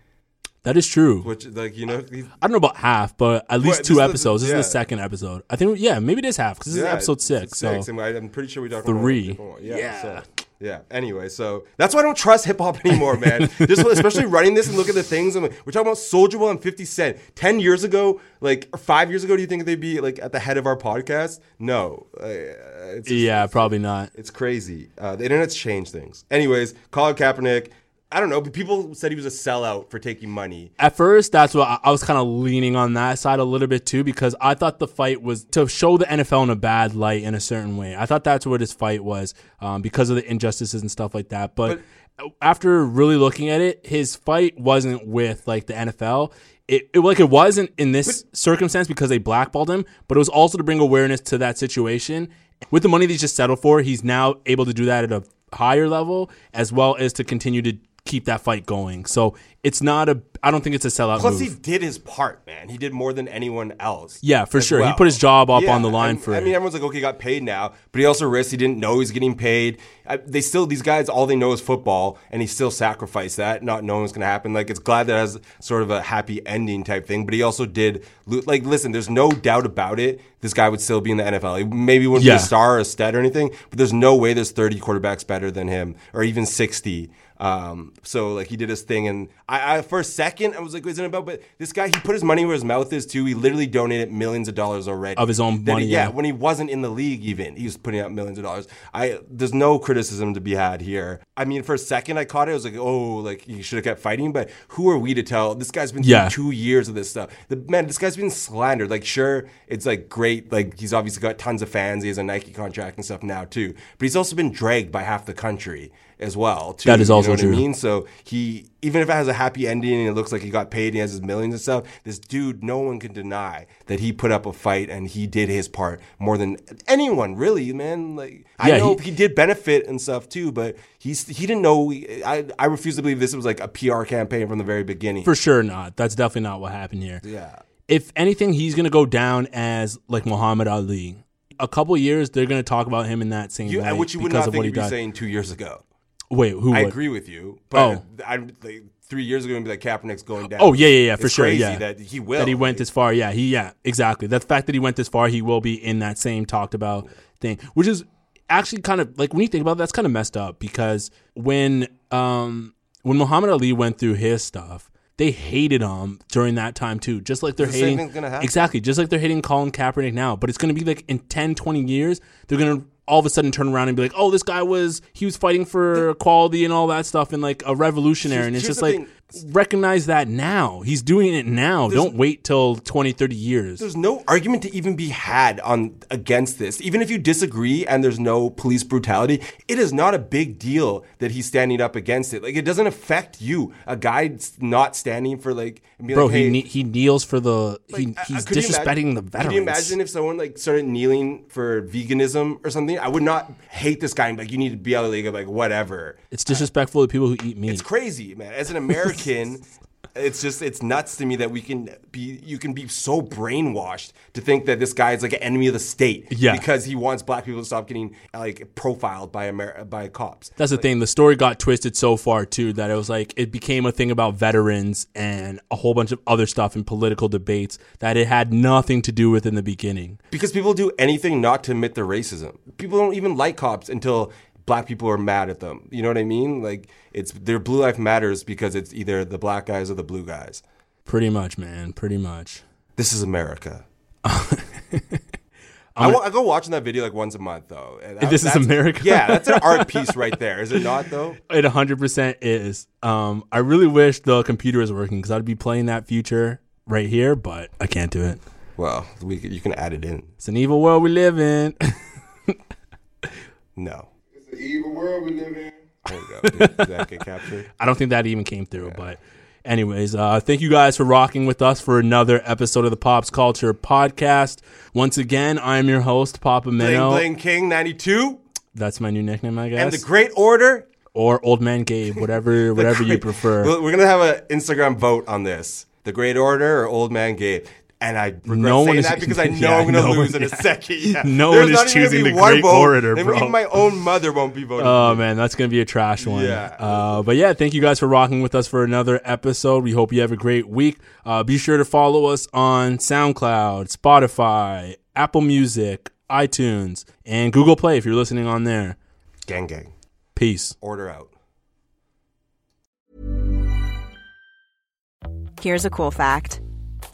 Speaker 1: That is true.
Speaker 2: which like you know, he,
Speaker 1: I don't know about half, but at least
Speaker 2: Right,
Speaker 1: two
Speaker 2: this is-
Speaker 1: episodes. this
Speaker 2: yeah.
Speaker 1: is the second episode. I think yeah, maybe it is half because this
Speaker 2: yeah,
Speaker 1: is episode
Speaker 2: it's-
Speaker 1: six.
Speaker 2: it's
Speaker 1: so
Speaker 2: and I, I'm pretty sure we talked about
Speaker 1: Three.
Speaker 2: a different one. Yeah.
Speaker 1: Yeah.
Speaker 2: So. Yeah. Anyway, so that's why I don't trust hip hop anymore, man. Just especially running this and look at the things. I'm like, we're talking about Soldier Boy and 50 Cent. Ten years ago, like or five years ago, do you think they'd be like at the head of our podcast? No. Uh, it's
Speaker 1: yeah, probably not.
Speaker 2: It's crazy. Uh, the internet's changed things. Anyways, Colin Kaepernick I don't know, but people said he was a sellout for taking money.
Speaker 1: At first, that's what I, I was kind of leaning on that side a little bit too, because I thought the fight was to show the NFL in a bad light in a certain way. I thought that's where this fight was um, because of the injustices and stuff like that. But, after really looking at it, his fight wasn't with like the NFL. It, it like it wasn't in this circumstance because they blackballed him, but it was also to bring awareness to that situation. With the money that he's just settled for, he's now able to do that at a higher level, as well as to continue to keep that fight going. So it's not a. I don't think it's a sellout.
Speaker 2: Plus,
Speaker 1: move.
Speaker 2: he did his part, man. He did more than anyone else.
Speaker 1: Yeah, for
Speaker 2: as
Speaker 1: sure. He
Speaker 2: well.
Speaker 1: put his job up
Speaker 2: Yeah,
Speaker 1: on the line
Speaker 2: I,
Speaker 1: for
Speaker 2: I
Speaker 1: it.
Speaker 2: mean, everyone's like, okay, he got paid now, but he also risked. He didn't know he was getting paid. I, they still, these guys, all they know is football, and he still sacrificed that, not knowing what's going to happen. Like, it's glad that it has sort of a happy ending type thing, but he also did, lo- like, listen, there's no doubt about it. This guy would still be in the NFL. He maybe wouldn't
Speaker 1: Yeah.
Speaker 2: be a star or a stud or anything, but there's no way there's 30 quarterbacks better than him or even 60. Um, so like he did his thing, and I, I for a second I was like, "Isn't it about?" But this guy, he put his money where his mouth is too. He literally donated millions of dollars already
Speaker 1: Of his own
Speaker 2: that
Speaker 1: money,
Speaker 2: He,
Speaker 1: yeah.
Speaker 2: when he wasn't in the league, even he was putting out millions of dollars. I there's no criticism to be had here. I mean, for a second I caught it. I was like, "Oh, like he should have kept fighting," but who are we to tell? This guy's been
Speaker 1: Yeah.
Speaker 2: through two years of this stuff. The man, this guy's been slandered. Like, sure, it's like great. Like, he's obviously got tons of fans. He has a Nike contract and stuff now too. But he's also been dragged by half the country as well. Too,
Speaker 1: That is
Speaker 2: you know
Speaker 1: also
Speaker 2: what I
Speaker 1: true.
Speaker 2: mean? So he, even if it has a happy ending and it looks like he got paid and he has his millions and stuff, this dude, no one can deny that he put up a fight and he did his part more than anyone, really, man. Like,
Speaker 1: Yeah,
Speaker 2: I know
Speaker 1: he-
Speaker 2: he, did benefit and stuff too, but he's he didn't know. I I refuse to believe this was like a PR campaign from the very beginning.
Speaker 1: for sure not. That's definitely not what happened here.
Speaker 2: yeah.
Speaker 1: If anything, he's gonna go down as like Muhammad Ali. A couple years, they're gonna talk about him in that same
Speaker 2: You,
Speaker 1: light
Speaker 2: which you would
Speaker 1: because
Speaker 2: not
Speaker 1: of what
Speaker 2: think
Speaker 1: he
Speaker 2: you'd be
Speaker 1: did.
Speaker 2: saying two years ago.
Speaker 1: Wait, who?
Speaker 2: I
Speaker 1: would?
Speaker 2: agree with you, but
Speaker 1: Oh.
Speaker 2: I'm like, three years ago, it'd be like Kaepernick's going down.
Speaker 1: Oh yeah, yeah, yeah, for
Speaker 2: It's
Speaker 1: sure.
Speaker 2: crazy
Speaker 1: yeah,
Speaker 2: that he will.
Speaker 1: That he went
Speaker 2: Like,
Speaker 1: this far. Yeah, he. Yeah, exactly. The fact that he went this far, he will be in that same talked about thing, which is actually kind of like when you think about it, that's kind of messed up because when um when Muhammad Ali went through his stuff. They hated him during that time too, just like they're
Speaker 2: The same
Speaker 1: hating.
Speaker 2: thing's gonna happen.
Speaker 1: Exactly, just like they're hating Colin Kaepernick now. But it's going to be like in 10, 20 years, they're going to all of a sudden turn around and be like, "Oh, this guy was he was fighting for equality and all that stuff and like a revolutionary."
Speaker 2: Here's-
Speaker 1: and it's
Speaker 2: here's
Speaker 1: just
Speaker 2: the
Speaker 1: like,
Speaker 2: thing.
Speaker 1: recognize that now. He's doing it now. Don't wait till 20, 30 years.
Speaker 2: There's no argument to even be had on against this. Even if you disagree and there's no police brutality, it is not a big deal that he's standing up against it. Like it doesn't affect you. A guy not standing for like and being
Speaker 1: Bro,
Speaker 2: like,
Speaker 1: he
Speaker 2: hey,
Speaker 1: ne- he kneels for the he,
Speaker 2: I- I-
Speaker 1: he's
Speaker 2: could you
Speaker 1: disrespecting
Speaker 2: imagine-
Speaker 1: the veterans.
Speaker 2: Could you imagine if someone like started kneeling for veganism or something? I would not hate this guy and be like, you need to be out of the league. I'm like, whatever.
Speaker 1: it's disrespectful to people who eat meat.
Speaker 2: It's crazy, man. As an American, it's just it's nuts to me that we can be you can be so brainwashed to think that this guy is like an enemy of the state
Speaker 1: Yeah.
Speaker 2: because he wants black people to stop getting like profiled by Amer- by cops.
Speaker 1: That's the thing. The story got twisted so far too that it was like it became a thing about veterans and a whole bunch of other stuff and political debates that it had nothing to do with in the beginning.
Speaker 2: Because people do anything not to admit their racism. People don't even like cops until black people are mad at them. You know what I mean? Like it's their blue life matters because it's either the black guys or the blue guys.
Speaker 1: Pretty much, man. Pretty much.
Speaker 2: This is America. I, wa- I go watching that video like once a month though. And that-
Speaker 1: This is
Speaker 2: that's-
Speaker 1: America?
Speaker 2: Yeah, that's an art piece right there, is it not though?
Speaker 1: It 100% is. Um, I really wish the computer was working because I'd be playing that future right here, but I can't do it.
Speaker 2: Well, we c- you can add it in.
Speaker 1: It's an evil world we live in.
Speaker 2: No,
Speaker 3: It's an evil world we live in.
Speaker 2: there you go. Did, did that get captured?
Speaker 1: I don't think that even came through, but anyways, uh, thank you guys for rocking with us for another episode of the Pops Culture Podcast. Once again, I'm your host, Papa
Speaker 2: Bling
Speaker 1: Minnow.
Speaker 2: Bling King ninety two
Speaker 1: That's my new nickname, I guess.
Speaker 2: and the Great Order.
Speaker 1: or Old Man Gabe, whatever whatever you prefer.
Speaker 2: Well, We're gonna have an Instagram vote on this: the Great Order or Old Man Gabe. And I regret
Speaker 1: No one
Speaker 2: saying
Speaker 1: is-
Speaker 2: that because I know
Speaker 1: yeah,
Speaker 2: I'm gonna
Speaker 1: no
Speaker 2: lose
Speaker 1: one-
Speaker 2: in a second. Yeah.
Speaker 1: No one is
Speaker 2: not even gonna
Speaker 1: choosing
Speaker 2: be
Speaker 1: the
Speaker 2: one
Speaker 1: Great
Speaker 2: vote.
Speaker 1: Orator,
Speaker 2: Even
Speaker 1: bro.
Speaker 2: my own mother won't be voting.
Speaker 1: Oh man, that's gonna be a trash one.
Speaker 2: Yeah.
Speaker 1: Uh, but yeah, thank you guys for rocking with us for another episode. We hope you have a great week. Uh, be sure to follow us on SoundCloud, Spotify, Apple Music, iTunes, and Google Play if you're listening on there.
Speaker 2: gang, gang.
Speaker 1: Peace.
Speaker 2: Order out.
Speaker 4: Here's a cool fact